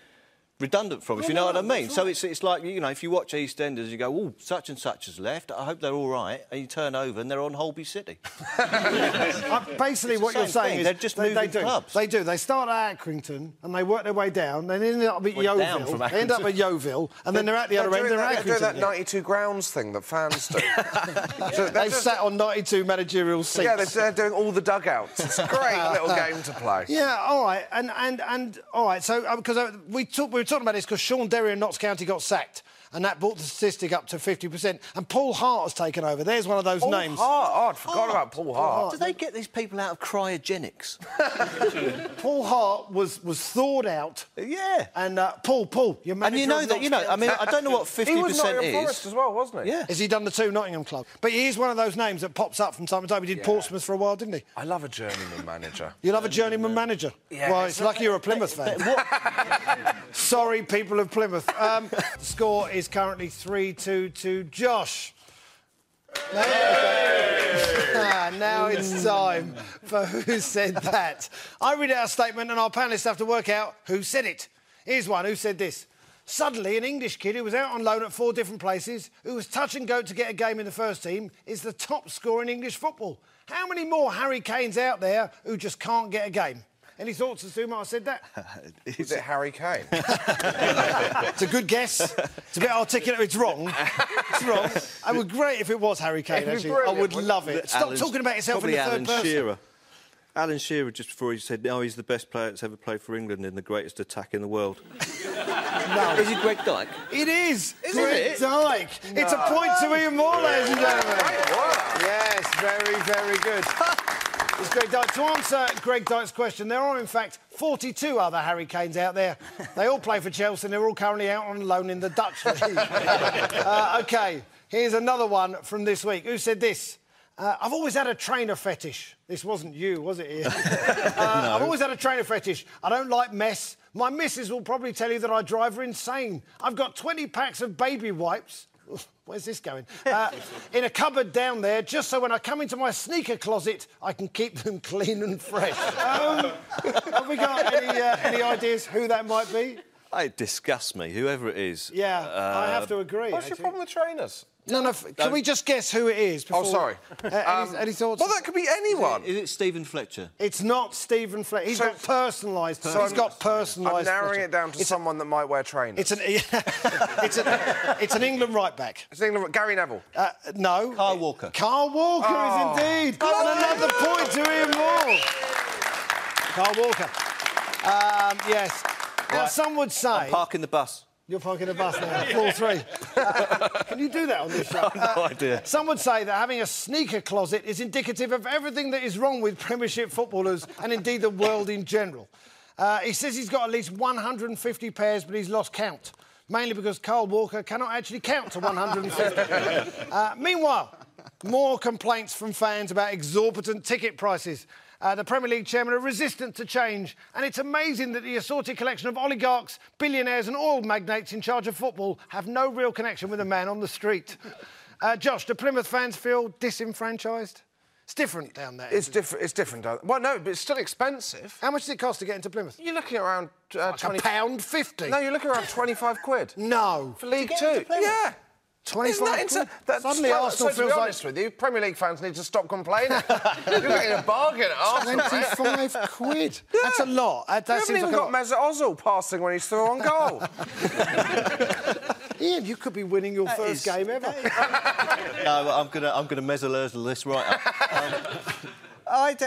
Speaker 2: redundant from. if you know what I mean. So it's it's like you know, if you watch EastEnders, you go, "Oh, such and such has left. I hope they're all right." And you turn over and they're on Holby City.
Speaker 1: Uh, basically,
Speaker 2: the
Speaker 1: what you're
Speaker 2: same
Speaker 1: saying
Speaker 2: thing.
Speaker 1: is
Speaker 2: They're just
Speaker 1: they, they
Speaker 2: moving
Speaker 1: do.
Speaker 2: clubs.
Speaker 1: They do. They start at Accrington and they work their way down. Then end up at
Speaker 2: Well, down
Speaker 1: Yeovil.
Speaker 2: from
Speaker 1: They end up at
Speaker 2: Accrington.
Speaker 1: Yeovil, and then they're at the other end. They're
Speaker 3: doing that,
Speaker 1: at
Speaker 3: they're doing
Speaker 1: Accrington.
Speaker 3: that 92 grounds thing that fans do. So they're
Speaker 1: They've
Speaker 3: just-
Speaker 1: sat on 92 managerial seats.
Speaker 3: yeah, they're, they're doing all the dugouts. It's a great little game to play.
Speaker 1: Yeah, all right, and and and all right. So because uh, we talk, we were talking about this because Sean Derry and Notts County got sacked, and that brought the statistic up to 50%. And Paul Hart has taken over. There's one of those
Speaker 3: Paul
Speaker 1: names.
Speaker 3: Hart. Oh, I'd forgot about Paul Hart.
Speaker 2: Do they get these people out of cryogenics?
Speaker 1: Paul Hart was, was thawed out.
Speaker 2: yeah.
Speaker 1: And uh, Paul, Paul, your manager.
Speaker 2: And you know
Speaker 1: of
Speaker 2: that, you know,
Speaker 1: Notts
Speaker 2: I mean, I don't know what 50%
Speaker 3: He was Nottingham
Speaker 2: is.
Speaker 3: Forest as well, wasn't he?
Speaker 2: Yeah.
Speaker 1: Has he done the two Nottingham club? But he is one of those names that pops up from time to time. He did Portsmouth for a while, didn't he?
Speaker 3: I love a journeyman manager.
Speaker 1: You'll have a journeyman manager. well, it's, lucky you're a Plymouth fan. Sorry, people of Plymouth. Um, the score is currently 3 2 to Josh. No? Ah, now it's time for Who Said That? I read out a statement and our panellists have to work out who said it. Here's one who said this. Suddenly, an English kid who was out on loan at four different places, who was touch and go to get a game in the first team, is the top scorer in English football. How many more Harry Kanes out there who just can't get a game? Any thoughts as to who might have said that?
Speaker 3: Is it Harry Kane?
Speaker 1: It's a good guess. It's a bit articulate. It's wrong. It's wrong. I would great if it was Harry Kane.
Speaker 3: It'd be
Speaker 1: Actually, I
Speaker 3: brilliant,
Speaker 1: would
Speaker 3: wouldn't
Speaker 1: love it. Stop
Speaker 2: Alan's-
Speaker 1: talking about yourself in
Speaker 2: probably
Speaker 1: the third
Speaker 2: Alan
Speaker 1: person.
Speaker 2: Shearer. Alan Shearer, just before he said, "No, he's the best player that's ever played for England in the greatest attack in the world."
Speaker 1: No.
Speaker 2: Is he Greg Dyke?
Speaker 1: It is.
Speaker 2: Isn't
Speaker 1: Greg
Speaker 2: it?
Speaker 1: Dyke. It's a point to Ian Moore, ladies and gentlemen. Yes, very, very good. It's Greg Dyke. To answer Greg Dyke's question, there are in fact 42 other Harry Kanes out there. They all play for Chelsea and they're all currently out on loan in the Dutch league. uh, okay, here's another one from this week. Who said this? Uh, I've always had a trainer fetish. This wasn't you, was it? Ian? Uh, I've always had a trainer fetish. I don't like mess. My missus will probably tell you that I drive her insane. I've got 20 packs of baby wipes. Where's this going? Uh, in a cupboard down there, just so when I come into my sneaker closet, I can keep them clean and fresh. Um, have we got any, uh, any ideas who that might be?
Speaker 2: It disgusts me. Whoever it is.
Speaker 1: Yeah, I have
Speaker 2: Uh,
Speaker 1: to agree.
Speaker 3: What's your
Speaker 1: actually.
Speaker 3: problem with trainers?
Speaker 1: No, no. f- Can we just guess who it is?
Speaker 3: Oh,
Speaker 1: before-
Speaker 3: sorry.
Speaker 1: Uh, any,
Speaker 3: Um,
Speaker 1: any thoughts?
Speaker 3: Well, that could be anyone.
Speaker 2: Is it Stephen Fletcher?
Speaker 1: It's not Stephen Fletcher. He's
Speaker 3: So-
Speaker 1: got personalised.
Speaker 3: So
Speaker 1: he's
Speaker 3: I'm-
Speaker 1: got
Speaker 3: I'm
Speaker 1: personalised.
Speaker 3: narrowing
Speaker 1: Fletcher.
Speaker 3: it down to
Speaker 1: It's a-
Speaker 3: someone that might wear trainers.
Speaker 1: It's an it's an it's an England right back.
Speaker 3: It's England- Gary Neville.
Speaker 1: Uh, no,
Speaker 2: Kyle Walker.
Speaker 1: Carl Walker
Speaker 3: Oh.
Speaker 1: is indeed. And another point to Ian Moore. Carl Walker. Um, yes. Now some would say
Speaker 2: Parking the bus.
Speaker 1: you're parking a bus now. Floor three. Can you do that on this show? Uh,
Speaker 2: No idea.
Speaker 1: Some would say that having a sneaker closet is indicative of everything that is wrong with Premiership footballers and indeed the world in general. Uh, he says he's got at least 150 pairs, but he's lost count, mainly because Carl Walker cannot actually count to 150. uh, meanwhile, more complaints from fans about exorbitant ticket prices. Uh, the Premier League chairman are resistant to change, and it's amazing that the assorted collection of oligarchs, billionaires, and oil magnates in charge of football have no real connection with the man on the street. Uh, Josh, do Plymouth fans feel disenfranchised? It's different down there.
Speaker 3: It's different. It's different. though. Well, no, but it's still expensive.
Speaker 1: How much does it cost to get into Plymouth?
Speaker 3: You're looking around uh,
Speaker 1: Like
Speaker 3: twenty.
Speaker 1: a pound fifty.
Speaker 3: No, you're looking around twenty-five quid
Speaker 1: no.
Speaker 3: for League
Speaker 4: get
Speaker 3: Two.
Speaker 4: into Plymouth?
Speaker 3: Yeah. Isn't
Speaker 1: 25
Speaker 3: that insane?
Speaker 1: quid?
Speaker 3: That's-
Speaker 1: Suddenly
Speaker 3: well,
Speaker 1: Arsenal
Speaker 3: so to be
Speaker 1: feels like-
Speaker 3: honest with you, Premier League fans need to stop complaining. You're getting a bargain at Arsenal. mate.
Speaker 1: 25 quid. That's a lot. That,
Speaker 3: you
Speaker 1: that
Speaker 3: haven't
Speaker 1: seems
Speaker 3: even
Speaker 1: like a
Speaker 3: got
Speaker 1: lot.
Speaker 3: Mesut Ozil passing when he's through on goal.
Speaker 1: Ian, you could be winning your
Speaker 2: That
Speaker 1: first
Speaker 2: is-
Speaker 1: game ever.
Speaker 2: no, I'm gonna I'm gonna mezzalurzel this right up. Um, I d-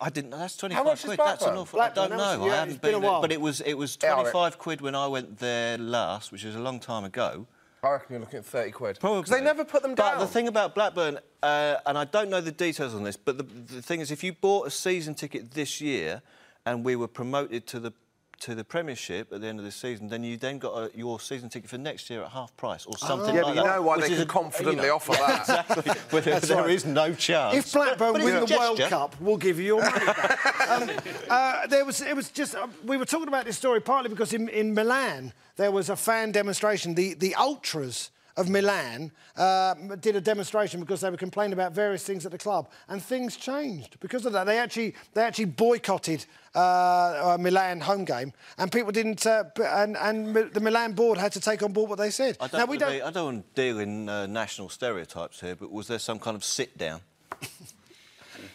Speaker 2: I didn't know that's 25
Speaker 3: much is
Speaker 2: quid. That's
Speaker 3: Blackburn?
Speaker 2: an awful.
Speaker 1: Blackburn,
Speaker 2: I don't
Speaker 1: how much-
Speaker 2: know.
Speaker 1: yeah,
Speaker 2: I
Speaker 1: it's
Speaker 2: haven't
Speaker 1: been
Speaker 2: been,
Speaker 1: a
Speaker 2: there,
Speaker 1: while.
Speaker 2: but it was it was
Speaker 3: Yeah, I
Speaker 2: 25 quid when I went there last, which was a long time ago.
Speaker 3: I reckon you're looking at thirty quid. 'Cause
Speaker 2: Probably.
Speaker 3: they never put them down.
Speaker 2: But the thing about Blackburn, uh, and I don't know the details on this, but the, the thing is, if you bought a season ticket this year and we were promoted to the to the Premiership at the end of the season, then you then got a, your season ticket for next year at half price or something
Speaker 3: yeah,
Speaker 2: like
Speaker 3: but you
Speaker 2: that,
Speaker 3: know why
Speaker 2: which
Speaker 3: they
Speaker 2: is
Speaker 3: could
Speaker 2: a-
Speaker 3: confidently
Speaker 2: you know,
Speaker 3: offer that.
Speaker 2: Exactly. Where there is
Speaker 1: right.
Speaker 2: no chance.
Speaker 1: If Blackburn
Speaker 2: But- but
Speaker 1: win the
Speaker 2: it's a
Speaker 1: World
Speaker 2: gesture.
Speaker 1: Cup, we'll give you your money. back. um, uh, there was, it was just, uh, we were talking about this story partly because in, in Milan there was a fan demonstration. The the ultras of Milan uh, did a demonstration because they were complaining about various things at the club, and things changed because of that. They actually they actually boycotted uh, a Milan home game, and people didn't. Uh, b- and and Mi- the Milan board had to take on board what they said.
Speaker 2: I don't,
Speaker 1: now we
Speaker 2: wanna
Speaker 1: don't.
Speaker 2: be- I don't want to deal in uh, national stereotypes here, but was there some kind of sit down?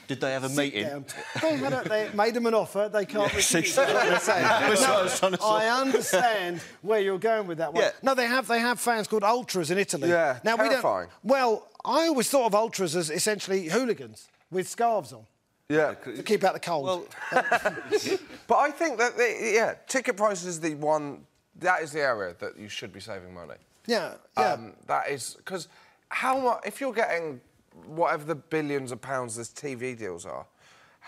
Speaker 2: Did they have a meeting?
Speaker 1: down. they, had a, they made them an offer. They can't.
Speaker 2: Yeah,
Speaker 1: refuse.
Speaker 2: see,
Speaker 1: That's what I'm saying.
Speaker 2: that's what I
Speaker 1: No,
Speaker 2: was trying to
Speaker 1: I
Speaker 2: say.
Speaker 1: understand where you're going with that one.
Speaker 2: Yeah.
Speaker 1: No, they have they have fans called ultras in Italy.
Speaker 3: Yeah,
Speaker 1: Now
Speaker 3: terrifying.
Speaker 1: we don't. Well, I always thought of ultras as essentially hooligans with scarves on
Speaker 3: yeah.
Speaker 1: to keep out the cold.
Speaker 2: Well,
Speaker 3: But I think that, they, yeah, ticket prices is the one that is the area that you should be saving money.
Speaker 1: Yeah, yeah.
Speaker 3: Um, that is because how much if you're getting whatever the billions of pounds this TV deals are,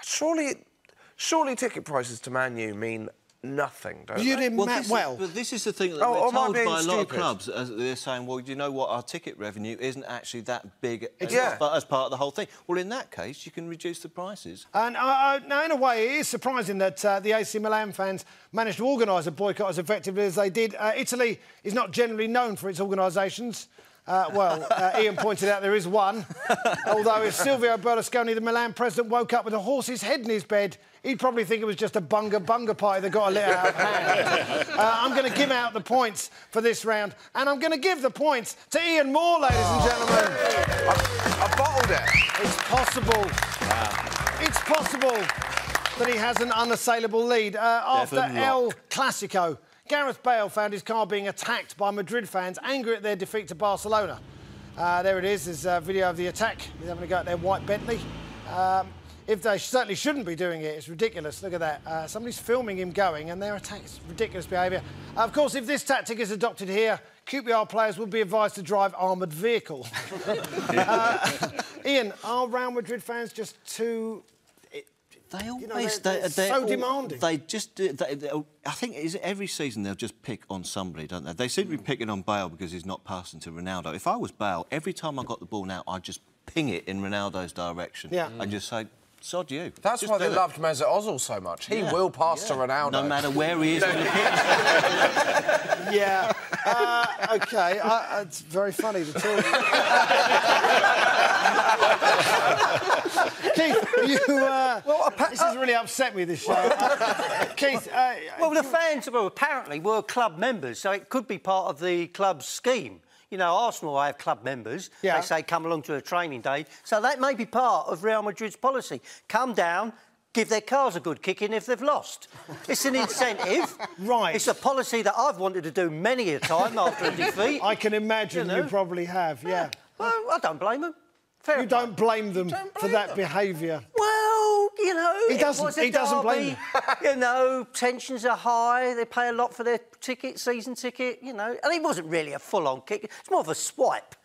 Speaker 3: surely, surely ticket prices to Man U mean nothing, don't
Speaker 1: you
Speaker 3: they?
Speaker 1: didn't
Speaker 2: Well,
Speaker 1: ma-
Speaker 2: this is,
Speaker 1: well.
Speaker 2: but this is the thing that
Speaker 3: Oh,
Speaker 2: we're
Speaker 3: am I
Speaker 2: told by
Speaker 3: being
Speaker 2: a lot of
Speaker 3: stupid?
Speaker 2: clubs. As they're saying, well, you know what, our ticket revenue isn't actually that big as,
Speaker 3: Yeah.
Speaker 2: but as part of the whole thing. Well, in that case, you can reduce the prices.
Speaker 1: And uh, uh, now, in a way, it is surprising that uh, the AC Milan fans managed to organise a boycott as effectively as they did. Uh, Italy is not generally known for its organisations. Uh, well, uh, Ian pointed out there is one. Although if Silvio Berlusconi, the Milan president, woke up with a horse's head in his bed, he'd probably think it was just a bunga bunga party that got a little out of hand. Uh, I'm going to give out the points for this round, and I'm going to give the points to Ian Moore, ladies and gentlemen.
Speaker 3: I bottled it.
Speaker 1: It's possible. It's possible that he has an unassailable lead. Uh, after
Speaker 2: Devon
Speaker 1: El
Speaker 2: Rock.
Speaker 1: Clasico, Gareth Bale found his car being attacked by Madrid fans angry at their defeat to Barcelona. Uh, there it is. There's a video of the attack. He's having a go at their white Bentley. Um, if they certainly shouldn't be doing it, it's ridiculous. Look at that. Uh, somebody's filming him going, and their attack is ridiculous behaviour. Uh, of course, if this tactic is adopted here, QPR players would be advised to drive armoured vehicle. Uh, Ian, are Real Madrid fans just too?
Speaker 2: They always
Speaker 1: know, they're-
Speaker 2: they-
Speaker 1: they're
Speaker 2: they're
Speaker 1: so
Speaker 2: al-
Speaker 1: demanding.
Speaker 2: They just do- they, they- I think is every season they'll just pick on somebody, don't they? They seem
Speaker 1: Hmm.
Speaker 2: to be picking on Bale because he's not passing to Ronaldo. If I was Bale, every time I got the ball now, I'd just ping it in Ronaldo's direction.
Speaker 1: Yeah.
Speaker 2: And just say, sod you.
Speaker 3: That's
Speaker 2: Just
Speaker 3: why
Speaker 2: do
Speaker 3: they
Speaker 2: it."
Speaker 3: loved Mesut Ozil so much. He
Speaker 2: Yeah,
Speaker 3: will pass to
Speaker 2: yeah.
Speaker 3: Ronaldo.
Speaker 2: No matter where he is on the pitch.
Speaker 1: Yeah. uh, okay. Uh, it's very funny. The two. of you. Keith, are you. Uh, this has really upset me. This show. Uh, Keith. Uh,
Speaker 4: Well, the fans were apparently were club members, so it could be part of the club's scheme. You know, Arsenal have club members.
Speaker 1: Yeah.
Speaker 4: They say come along to a training day, so that may be part of Real Madrid's policy. Come down. Give their cars a good kicking if they've lost. It's an incentive.
Speaker 1: Right.
Speaker 4: It's a policy that I've wanted to do many a time after a defeat.
Speaker 1: I can imagine you,
Speaker 4: You know.
Speaker 1: probably have. Yeah.
Speaker 4: Well, I don't blame them. Fair
Speaker 1: You
Speaker 4: play.
Speaker 1: don't blame them
Speaker 4: Don't
Speaker 1: for
Speaker 4: blame
Speaker 1: that
Speaker 4: them.
Speaker 1: behaviour.
Speaker 4: Well, you know,
Speaker 1: He
Speaker 4: it
Speaker 1: doesn't-
Speaker 4: was a
Speaker 1: he doesn't blame
Speaker 4: derby. you know, tensions are high. They pay a lot for their ticket, season ticket. You know, and it wasn't really a full-on kick. It's more of a swipe.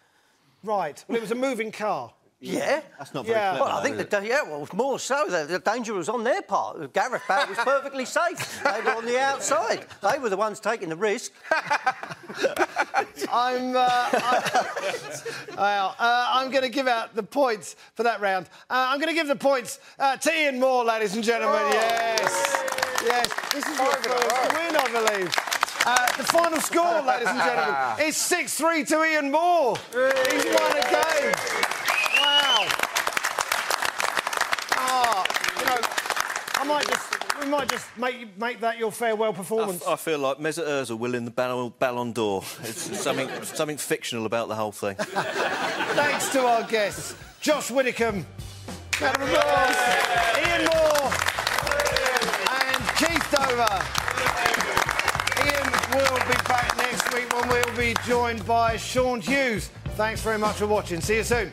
Speaker 1: Right. Well, it was a moving car.
Speaker 4: Yeah.
Speaker 2: That's not very
Speaker 1: Yeah.
Speaker 2: clever.
Speaker 4: Well, I
Speaker 2: though,
Speaker 4: think
Speaker 2: is
Speaker 4: the da- yeah, well, more so the, the danger was on their part. Gareth Bale was perfectly safe. They were on the outside. They were the ones taking the risk.
Speaker 1: I'm. Uh, I, well, uh, I'm going to give out the points for that round. Uh, I'm going to give the points uh, to Ian Moore, ladies and gentlemen. yes, yes. This is your
Speaker 3: Oh. Five in a
Speaker 1: first
Speaker 3: row.
Speaker 1: win, I believe. Uh, the final score, ladies and gentlemen, is 6-3 to Ian Moore. He's won a game. Wow. Ah, you know, I might just, we might just make make that your farewell
Speaker 2: I
Speaker 1: performance.
Speaker 2: f- I feel like Mesut Ozil winning the Ballon, Ballon d'Or. It's something, something fictional about the whole thing.
Speaker 1: Thanks to our guests, Josh Widdicombe, Adam Ross, Ian Moore, and Keith Dover. Ian will be back next week when we'll be joined by Sean Hughes. Thanks very much for watching. See you soon.